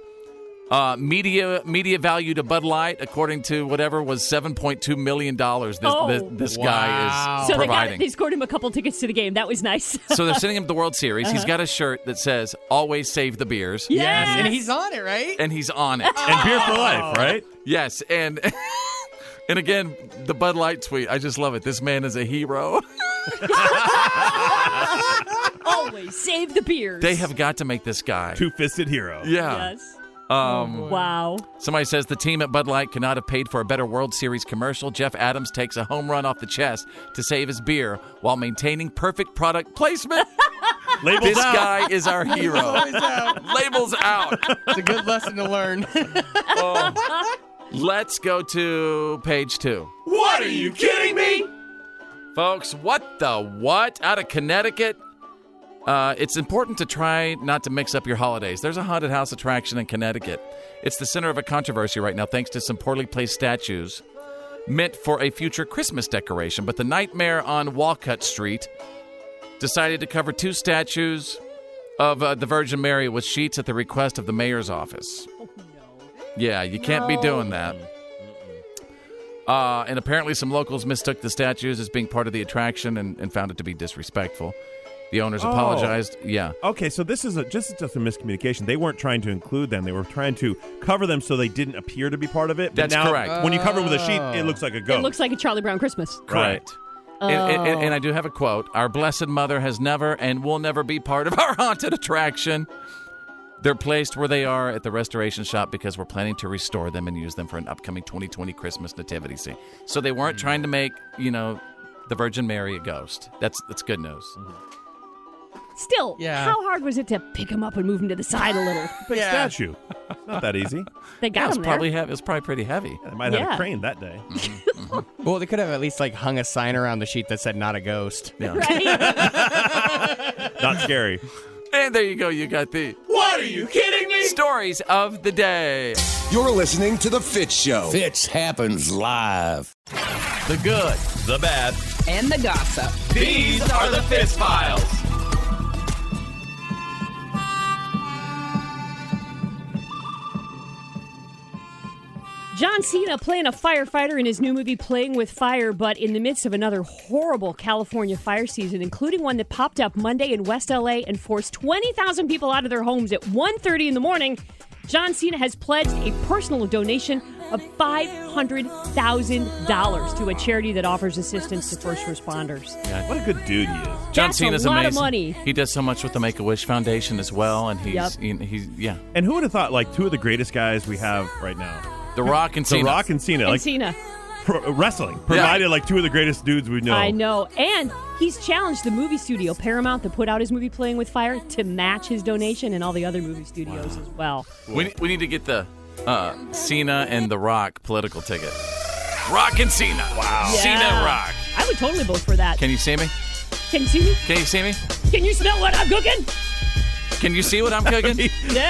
S9: Uh, media media value to Bud Light, according to whatever, was seven point two million dollars. This
S12: Oh.
S9: this, this guy is
S12: so they, got,
S9: providing.
S12: they scored him a couple tickets to the game. That was nice.
S9: so they're sending him to the World Series. He's
S12: Uh-huh.
S9: got a shirt that says "Always save the beers."
S11: and he's on it, <laughs> right?
S9: and he's on it.
S11: And beer for life,
S9: right? Yes, and <laughs> and again, the Bud Light tweet. I just love it. This man is a hero.
S12: <laughs> Always save the beers.
S9: They have got to make this guy
S10: two-fisted hero.
S9: Yeah.
S12: Yes. Oh,
S9: Um,
S12: wow.
S9: Somebody says the team at Bud Light could not have paid for a better World Series commercial. Jeff Adams takes a home run off the chest to save his beer while maintaining perfect product placement.
S10: Labels
S9: this
S10: out.
S9: guy
S10: <laughs>
S9: is our
S11: <laughs>
S9: hero.
S10: He's always
S9: Labels out.
S11: It's a good lesson to learn.
S9: Let's go to page two.
S11: What are you kidding me?
S9: Folks, what the what? Out of Connecticut? Uh, it's important to try not to mix up your holidays. There's a haunted house attraction in Connecticut. It's the center of a controversy right now, thanks to some poorly placed statues meant for a future Christmas decoration. But the nightmare on Walcott Street decided to cover two statues of uh, the Virgin Mary with sheets at the request of the mayor's office. Yeah, you can't be
S1: No.
S9: doing that. Uh, and apparently, some locals mistook the statues as being part of the attraction and, and found it to be disrespectful. The owners
S10: Oh.
S9: apologized. Yeah.
S10: Okay, so this is a, just just a miscommunication. They weren't trying to include them; they were trying to cover them so they didn't appear to be part of it. But
S9: That's
S10: now,
S9: correct.
S10: When you cover it with a sheet,
S9: Oh.
S10: it looks like a
S12: It
S10: goat.
S12: looks like a Charlie Brown Christmas.
S9: Correct. And, and- and-
S12: Oh.
S9: and I do have a quote Our Blessed Mother has never and will never be part of <laughs> our haunted attraction. They're placed where they are at the restoration shop because we're planning to restore them and use them for an upcoming 2020 Christmas nativity scene. So they weren't trying to make, you know, the Virgin Mary a ghost. That's that's good news.
S12: Still,
S9: Yeah.
S12: how hard was it to pick him up and move him to the side a little?
S9: <laughs>
S10: statue. Not that easy.
S12: They got
S9: it was
S12: him there.
S9: probably heavy. It was probably pretty heavy.
S10: They might
S12: have a Yeah. crane
S10: that day.
S11: Well, they could have at least like hung a sign around the sheet that said "not a ghost."
S12: <laughs>
S10: <laughs> Not scary.
S9: And there you go. You got the
S1: What are you kidding me?
S9: Stories of the day.
S13: You're listening to The Fitz Show.
S1: Fitz happens live.
S9: The good,
S1: the bad,
S5: And the gossip.
S1: These are the Fitz Files.
S12: John Cena playing a firefighter in his new movie Playing with Fire, but in the midst of another horrible California fire season, including one that popped up Monday in West LA and forced 20,000 people out of their homes at 1:30 in the morning, John Cena has pledged a personal donation of $500,000 to a charity that offers assistance to first responders.
S10: What a good dude he is.
S9: John
S12: That's a
S9: Cena's
S12: lot of
S9: amazing.
S12: money.
S9: He does so much with the Make a Wish Foundation as well, and he's
S12: Yep.
S9: he- he's yeah.
S10: And who would have thought like two of the greatest guys we have right now?
S9: The Rock and
S10: The
S9: Cena.
S10: Rock and Cena.
S12: And
S10: Like
S12: Cena.
S10: pro- wrestling provided like two of the greatest dudes we know.
S12: I know. And he's challenged the movie studio, Paramount, that put out his movie Playing with Fire, to match his donation and all the other movie studios as well.
S9: We, we need to get the uh, Cena and The Rock political ticket. Rock and Cena. Wow. Cena
S12: Yeah.
S9: Rock.
S12: I would totally vote for that.
S9: Can you see me?
S12: Can you see me?
S9: Can you see me?
S12: Can you smell what I'm cooking?
S9: Can you see what I'm cooking?
S12: Yeah.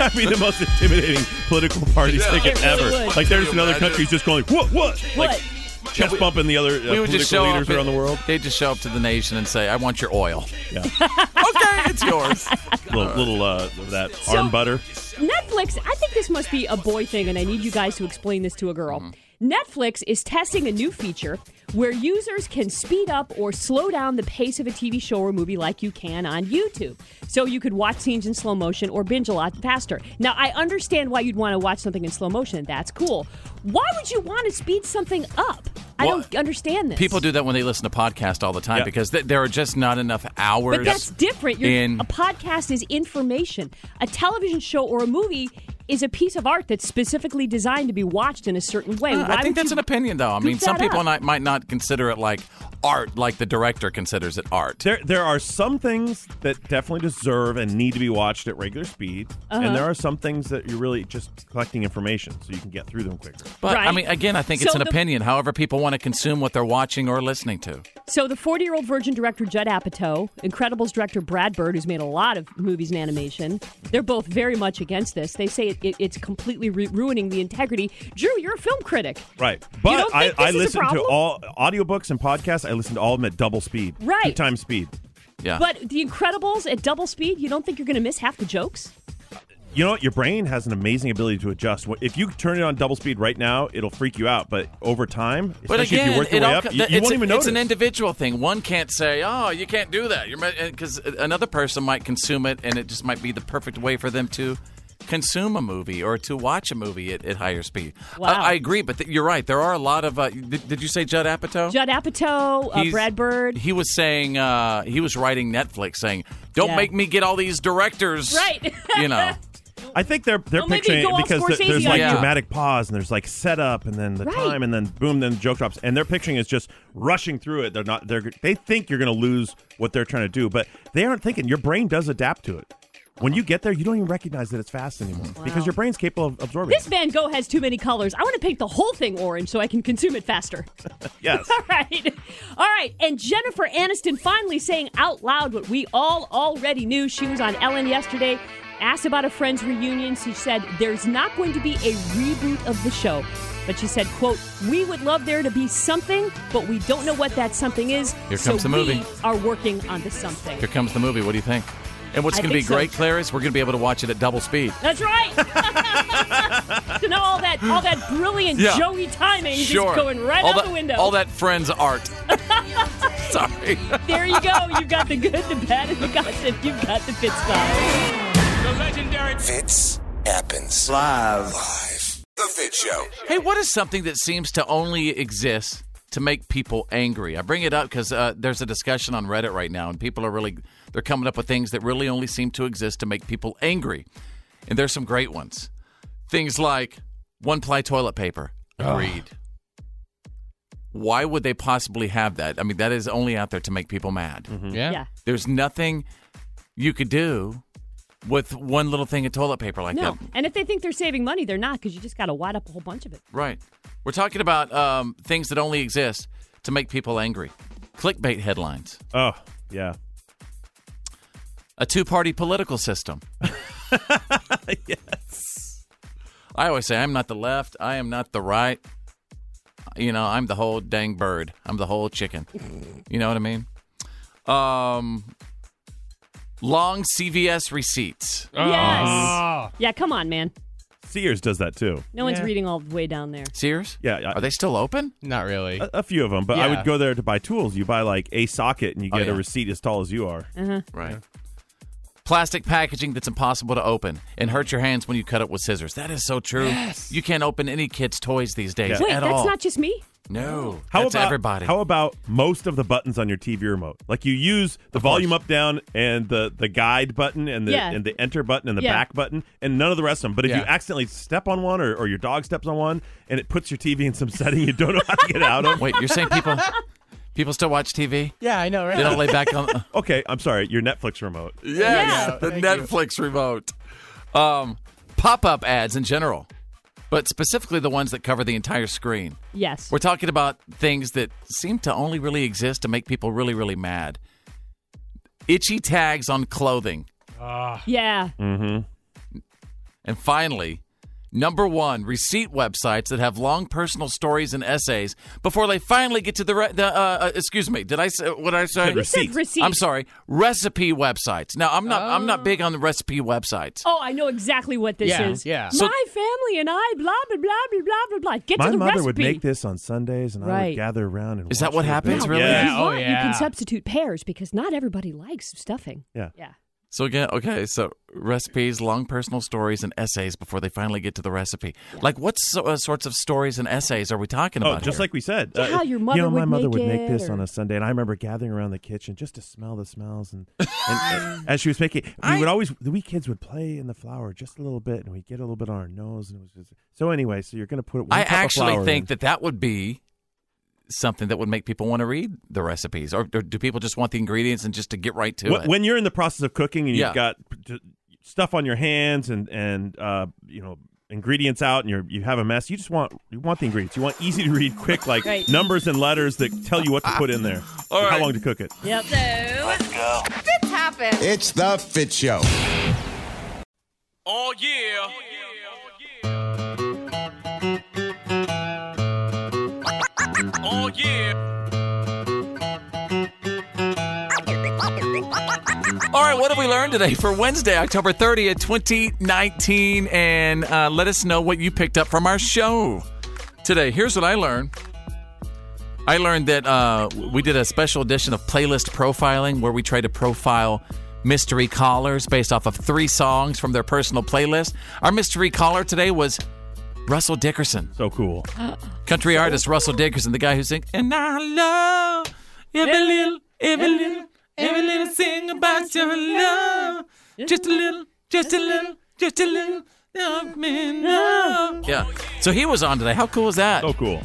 S10: That'd be the most intimidating political party
S9: Yeah.
S10: ticket
S9: It really
S10: ever.
S9: would.
S10: Like there's
S9: Can you
S10: another
S9: imagine?
S10: country's just going what what like chest bumping the other uh,
S9: we would
S10: political
S9: just show
S10: leaders
S9: up and-
S10: around the world.
S9: They'd just show up to the nation and say, "I want your oil."
S10: Yeah.
S9: <laughs> okay, it's yours.
S10: <laughs> little little uh, that
S12: So-
S10: arm butter.
S12: Netflix, I think this must be a boy thing, and I need you guys to explain this to a girl.
S9: Mm-hmm.
S12: Netflix is testing a new feature where users can speed up or slow down the pace of a TV show or movie like you can on YouTube. So you could watch scenes in slow motion or binge a lot faster. Now, I understand why you'd want to watch something in slow motion. That's cool. Why would you want to speed something up? I
S9: Well,
S12: don't understand this.
S9: People do that when they listen to podcasts all the time because th- there are just not enough hours.
S12: But that's different. You're,
S9: in-
S12: a podcast is information. A television show or a movie is a piece of art that's specifically designed to be watched in a certain way.
S9: Uh,
S12: Why
S9: I think
S12: would
S9: that's
S12: you-
S9: an opinion, though. I mean,
S12: Goof
S9: some
S12: that
S9: people
S12: up.
S9: not, might not consider it like art, like the director considers it art.
S10: There, there are some things that definitely deserve and need to be watched at regular speed,
S9: Uh-huh.
S10: and there are some things that you're really just collecting information so you can get through them quicker.
S9: But I
S10: Right.
S9: mean, again, I think it's
S10: So
S9: an
S10: the-
S9: opinion. However, people want to consume what they're watching or listening to.
S12: So the 40-year-old Virgin director Judd Apatow, Incredibles director Brad Bird, who's made a lot of movies in animation, they're both very much against this. They say it, it, it's completely ru- ruining the integrity. Drew, you're a film critic.
S10: Right. But
S12: don't
S10: I,
S12: think this
S10: I
S12: is a
S10: listen to
S12: problem?
S10: all audiobooks and podcasts. I listen to all of them at double speed.
S12: Right.
S10: Two times speed. Yeah.
S12: But The Incredibles at double speed, you don't think you're going to miss half the jokes?
S10: you know what? Your brain has an amazing ability to adjust. What- If you turn it on double speed right now, it'll freak you out. But over time,
S9: But
S10: especially
S9: again,
S10: if you work your
S9: it
S10: way
S9: all
S10: up,
S9: co-
S10: you,
S9: that-
S10: you
S9: it's,
S10: won't
S9: a-
S10: even notice.
S9: it's an individual thing. One can't say, "Oh, you can't do that," because another person might consume it, and it just might be the perfect way for them to consume a movie or to watch a movie at, at higher speed.
S12: Wow.
S9: I, I agree, but th- you're right. There are a lot of. Uh, did, did you say Judd Apatow?
S12: Judd Apatow, uh,
S9: He's-
S12: Brad Bird.
S9: He was saying uh, he was writing Netflix, saying, "Don't
S12: Yeah.
S9: make me get all these directors."
S12: Right. <laughs>
S9: You know.
S10: I think they're they're
S9: Well, maybe
S10: picturing
S9: go
S10: it
S9: all
S10: because th- there's
S9: Scorsese
S10: like
S9: on it.
S10: dramatic pause and there's like setup and then the
S9: Right.
S10: time and then boom then the joke drops and they're picturing is just rushing through it. They're not they're they think you're going to lose what they're trying to do, but they aren't thinking. Your brain does adapt to it. When you get there, you don't even recognize that it's fast anymore because your brain's capable of absorbing.
S12: This
S10: it.
S12: Van Gogh has too many colors. I want to paint the whole thing orange so I can consume it
S9: <laughs>
S12: faster. <laughs>
S10: Yes.
S12: all right. All right. And Jennifer Aniston finally saying out loud what we all already knew. She was on Ellen yesterday, asked about a friend's reunion. She said there's not going to be a reboot of the show. But she said, quote, we would love there to be something, but we don't know what that something is.
S9: Here
S12: so
S9: comes the movie.
S12: We are working on the something.
S9: Here comes the movie. What do you think? And what's
S12: I
S9: going to be
S12: think so.
S9: great, Claire, is we're going to be able to watch it at double speed.
S12: That's right. <laughs> so now all that all that brilliant
S9: Yeah.
S12: Joey timing
S9: sure.
S12: is going right
S9: all
S12: out
S9: that,
S12: the window.
S9: All that
S12: <laughs>
S9: friends art. Sorry.
S12: There you go. You've got the good, the bad, and the gossip. You've got the Fitz file. The legendary
S13: Fits happens live. Live. The Fit Show.
S9: Hey, what is something that seems to only exist to make people angry? I bring it up because uh, there's a discussion on Reddit right now, and people are really they're coming up with things that really only seem to exist to make people angry. And there's some great ones. Things like one ply toilet paper.
S1: Ugh.
S9: Agreed. Why would they possibly have that? I mean, that is only out there to make people mad.
S11: Yeah. Yeah.
S9: There's nothing you could do with one little thing of toilet paper like
S12: No,
S9: that.
S12: and if they think they're saving money, they're not because you just got to wad up a whole bunch of it.
S9: Right. We're talking about um, things that only exist to make people angry. Clickbait headlines.
S10: Oh, yeah.
S9: A two party
S10: <laughs>
S9: political system. yes. I always say, I'm not the left. I am not the right. You know, I'm the whole dang bird. I'm the whole chicken. You know what I mean? Um, long CVS receipts.
S12: Yes. Yeah, come on, man.
S10: Sears does that too.
S12: No one's reading all the way down there.
S9: Sears?
S10: Yeah. Are
S9: they still open?
S11: Not really.
S10: A, a few of them, but I
S11: Yeah.
S10: would go there to buy tools. You buy like a socket and you
S9: Oh,
S10: get a
S9: yeah.
S10: receipt as tall as you are.
S12: Uh-huh.
S9: Right. Plastic packaging that's impossible to open and hurt your hands when you cut it with scissors. That is so true.
S12: Yes.
S9: You can't open any kids' toys these days
S12: Wait,
S9: at
S12: that's
S9: all.
S12: not just me.
S9: no.
S10: How
S9: Oh, that's
S10: about
S9: everybody.
S10: How about most of the buttons on your TV remote? Like you use the volume up, down, and the the guide button, and the
S12: Yeah.
S10: and the enter button, and the
S12: Yeah.
S10: back button, and none of the rest of them. But if you
S9: Yeah.
S10: accidentally step on one, or, or your dog steps on one, and it puts your TV in some setting you don't know how to get out of.
S9: Wait, you're saying people people still watch TV?
S11: <laughs> Yeah, I know, right?
S9: They don't lay back on.
S10: <laughs> okay, I'm sorry. Your Netflix remote.
S9: Yes, the Netflix remote. Um, Pop up ads in general, but specifically the ones that cover the entire screen.
S12: Yes.
S9: We're talking about things that seem to only really exist to make people really, really mad. Itchy tags on clothing.
S12: Yeah.
S9: Mm-hmm. And finally, number one, receipt websites that have long personal stories and essays before they finally get to the, re- the uh, uh, excuse me, did I say, what did I say?
S12: You said Receipt. receipt.
S9: I'm sorry, recipe websites. Now, I'm not, I'm not big on the recipe websites.
S12: Oh, I know exactly what this
S9: Yeah,
S12: is.
S9: yeah.
S12: My
S9: So-
S12: family and I, blah blah blah blah blah blah blah. Get
S10: My
S12: to the
S10: mother
S12: recipe.
S10: would make this on Sundays, and I would
S12: Right.
S10: gather around and.
S9: Is that
S10: watch
S9: what
S10: her
S9: happens,
S10: bake.
S9: really?
S10: Yeah.
S9: Yeah, oh,
S12: But You
S9: yeah.
S12: can substitute pears because not everybody likes stuffing.
S10: Yeah.
S12: Yeah.
S9: So again, okay, so recipes, long personal stories, and essays before they finally get to the recipe. Like, what so, uh, sorts of stories and essays are we talking
S10: Oh,
S9: about?
S10: just
S9: here?
S10: like we said.
S12: Yeah, your mother
S10: you know, my
S12: would
S10: mother
S12: make
S10: would make
S12: it,
S10: this
S12: or-
S10: on a Sunday, and I remember gathering around the kitchen just to smell the
S12: <laughs>
S10: smells. And, and, and as she was making, we would always we kids would play in the flour just a little bit, and we would get a little bit on our nose, and it was just so. Anyway, so you're gonna put one
S9: I
S10: cup of
S9: actually
S10: flour
S9: think
S10: in.
S9: that that would be something that would make people want to read the recipes, or, or do people just want the ingredients and just to get right to
S10: When-
S9: it?
S10: when you're in the process of cooking and
S9: Yeah.
S10: you've got p- t- stuff on your hands and and uh, you know ingredients out and you you have a mess. You just want you want the ingredients. You want easy to read, quick like
S6: Right.
S10: numbers and letters that tell you what to put in
S9: <laughs>
S10: there, and how long to cook it.
S6: Yep. So, let's
S13: go.
S6: Fits happen.
S13: It's the Fit Show.
S1: Oh yeah. Oh yeah.
S9: All right, what have we learned today for Wednesday, October 30th, 2019? And uh, let us know what you picked up from our show today. Here's what I learned I learned that uh, we did a special edition of playlist profiling where we try to profile mystery callers based off of three songs from their personal playlist. Our mystery caller today was Russell Dickerson.
S10: So cool.
S9: Country artist Russell Dickerson, the guy who sings, and I love every little, every little, every little thing about your love. Just a little, just a little, just a little. Love me now. Yeah. So he was on today. How cool is that? So
S10: cool.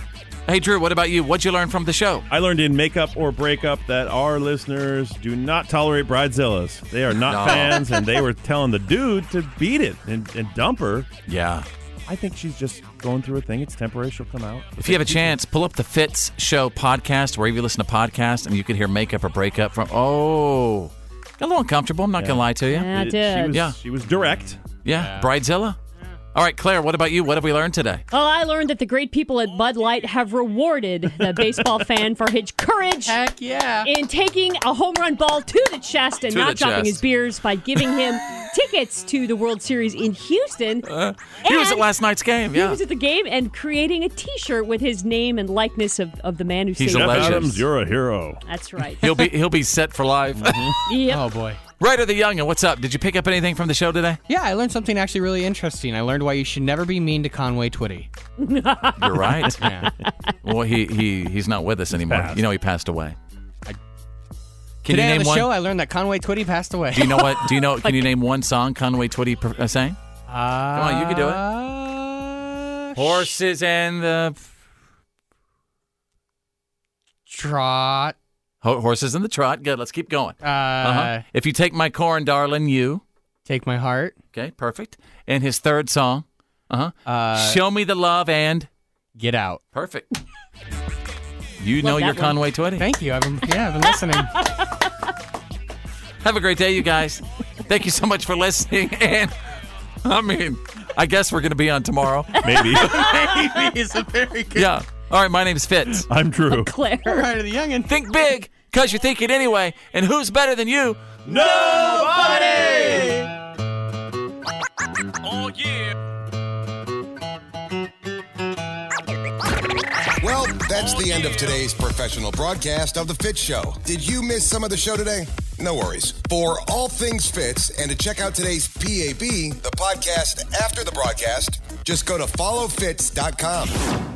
S9: Hey, Drew, what about you? What'd you learn from the show?
S10: I learned in Makeup or Breakup that our listeners do not tolerate bridezillas. They are not
S9: No.
S10: fans, and they were telling the dude to beat it and, and dump her.
S9: Yeah.
S10: I think she's just going through a thing. It's temporary. She'll come out.
S9: If you have a chance, pull up the Fitz Show podcast, wherever you listen to podcasts, and you can hear Makeup or Breakup from. Oh, got a little uncomfortable. I'm not going to lie to you.
S10: Yeah, I It- she did. was-
S9: yeah.
S10: she was direct.
S9: Yeah, Bridezilla. All right, Claire, what about you? What have we learned today?
S12: Well, I learned that the great people at Bud Light have rewarded the <laughs> baseball fan for his courage Heck
S9: yeah.
S12: in taking a home run ball to the chest and
S9: To the
S12: not dropping
S9: chest.
S12: his beers by
S9: <laughs>
S12: giving him tickets to the World Series in Houston.
S9: Uh, he was at
S12: And
S9: last night's game.
S12: He
S9: Yeah.
S12: was at the game and creating a T-shirt with his name and likeness of, of the man who
S9: He's
S12: saved
S9: a
S12: him.
S9: legend.
S10: Adams, you're a hero.
S12: That's right.
S9: He'll be he'll be set for life. Mm-hmm.
S11: Oh boy.
S9: Ryder the Young, and what's up? Did you pick up anything from the
S11: <laughs>
S9: show today?
S11: <laughs> Yeah, I learned something actually really interesting. I learned why you should never be mean to Conway Twitty.
S9: <laughs>
S11: <laughs>
S9: You're right.
S11: Yeah.
S9: Well, he he he's not with us anymore. You know he passed away. Can
S11: Today
S9: you name
S11: on the
S9: one?
S11: show, I learned that Conway Twitty passed away.
S9: Do you know what?
S11: <laughs>
S9: Do you know? Can you name one song Conway Twitty per- uh, sang?
S11: Come
S9: on, you can do it.
S11: Uh,
S9: Horses and the
S11: Trot.
S9: Ho- horses and the trot. Good. Let's keep going.
S11: Uh,
S9: Uh-huh. If you take my corn, darling, you
S11: take my heart.
S9: Okay, perfect. And his third song. Uh-huh.
S11: Uh,
S9: Show me the love and
S11: get out.
S9: Perfect. You know your Conway Twitty.
S11: Thank you. I've been, yeah, I've been listening.
S9: Have a great day, you guys. Thank you so much for listening. <laughs> And I mean, I guess we're going to be on tomorrow.
S10: Maybe.
S11: <laughs> Maybe is a very good.
S9: <laughs> yeah. All right, my name's Fitz.
S10: I'm Drew.
S12: Claire.
S11: Ryder the Youngin.
S9: Think big, because you think it anyway. And who's better than you?
S1: Nobody!
S9: Oh, yeah.
S13: Well, that's the end of today's professional broadcast of The Fit Show. Did you miss some of the show today? No worries. For all things fits and to check out today's PAB, the podcast after the broadcast, just go to followfits.com.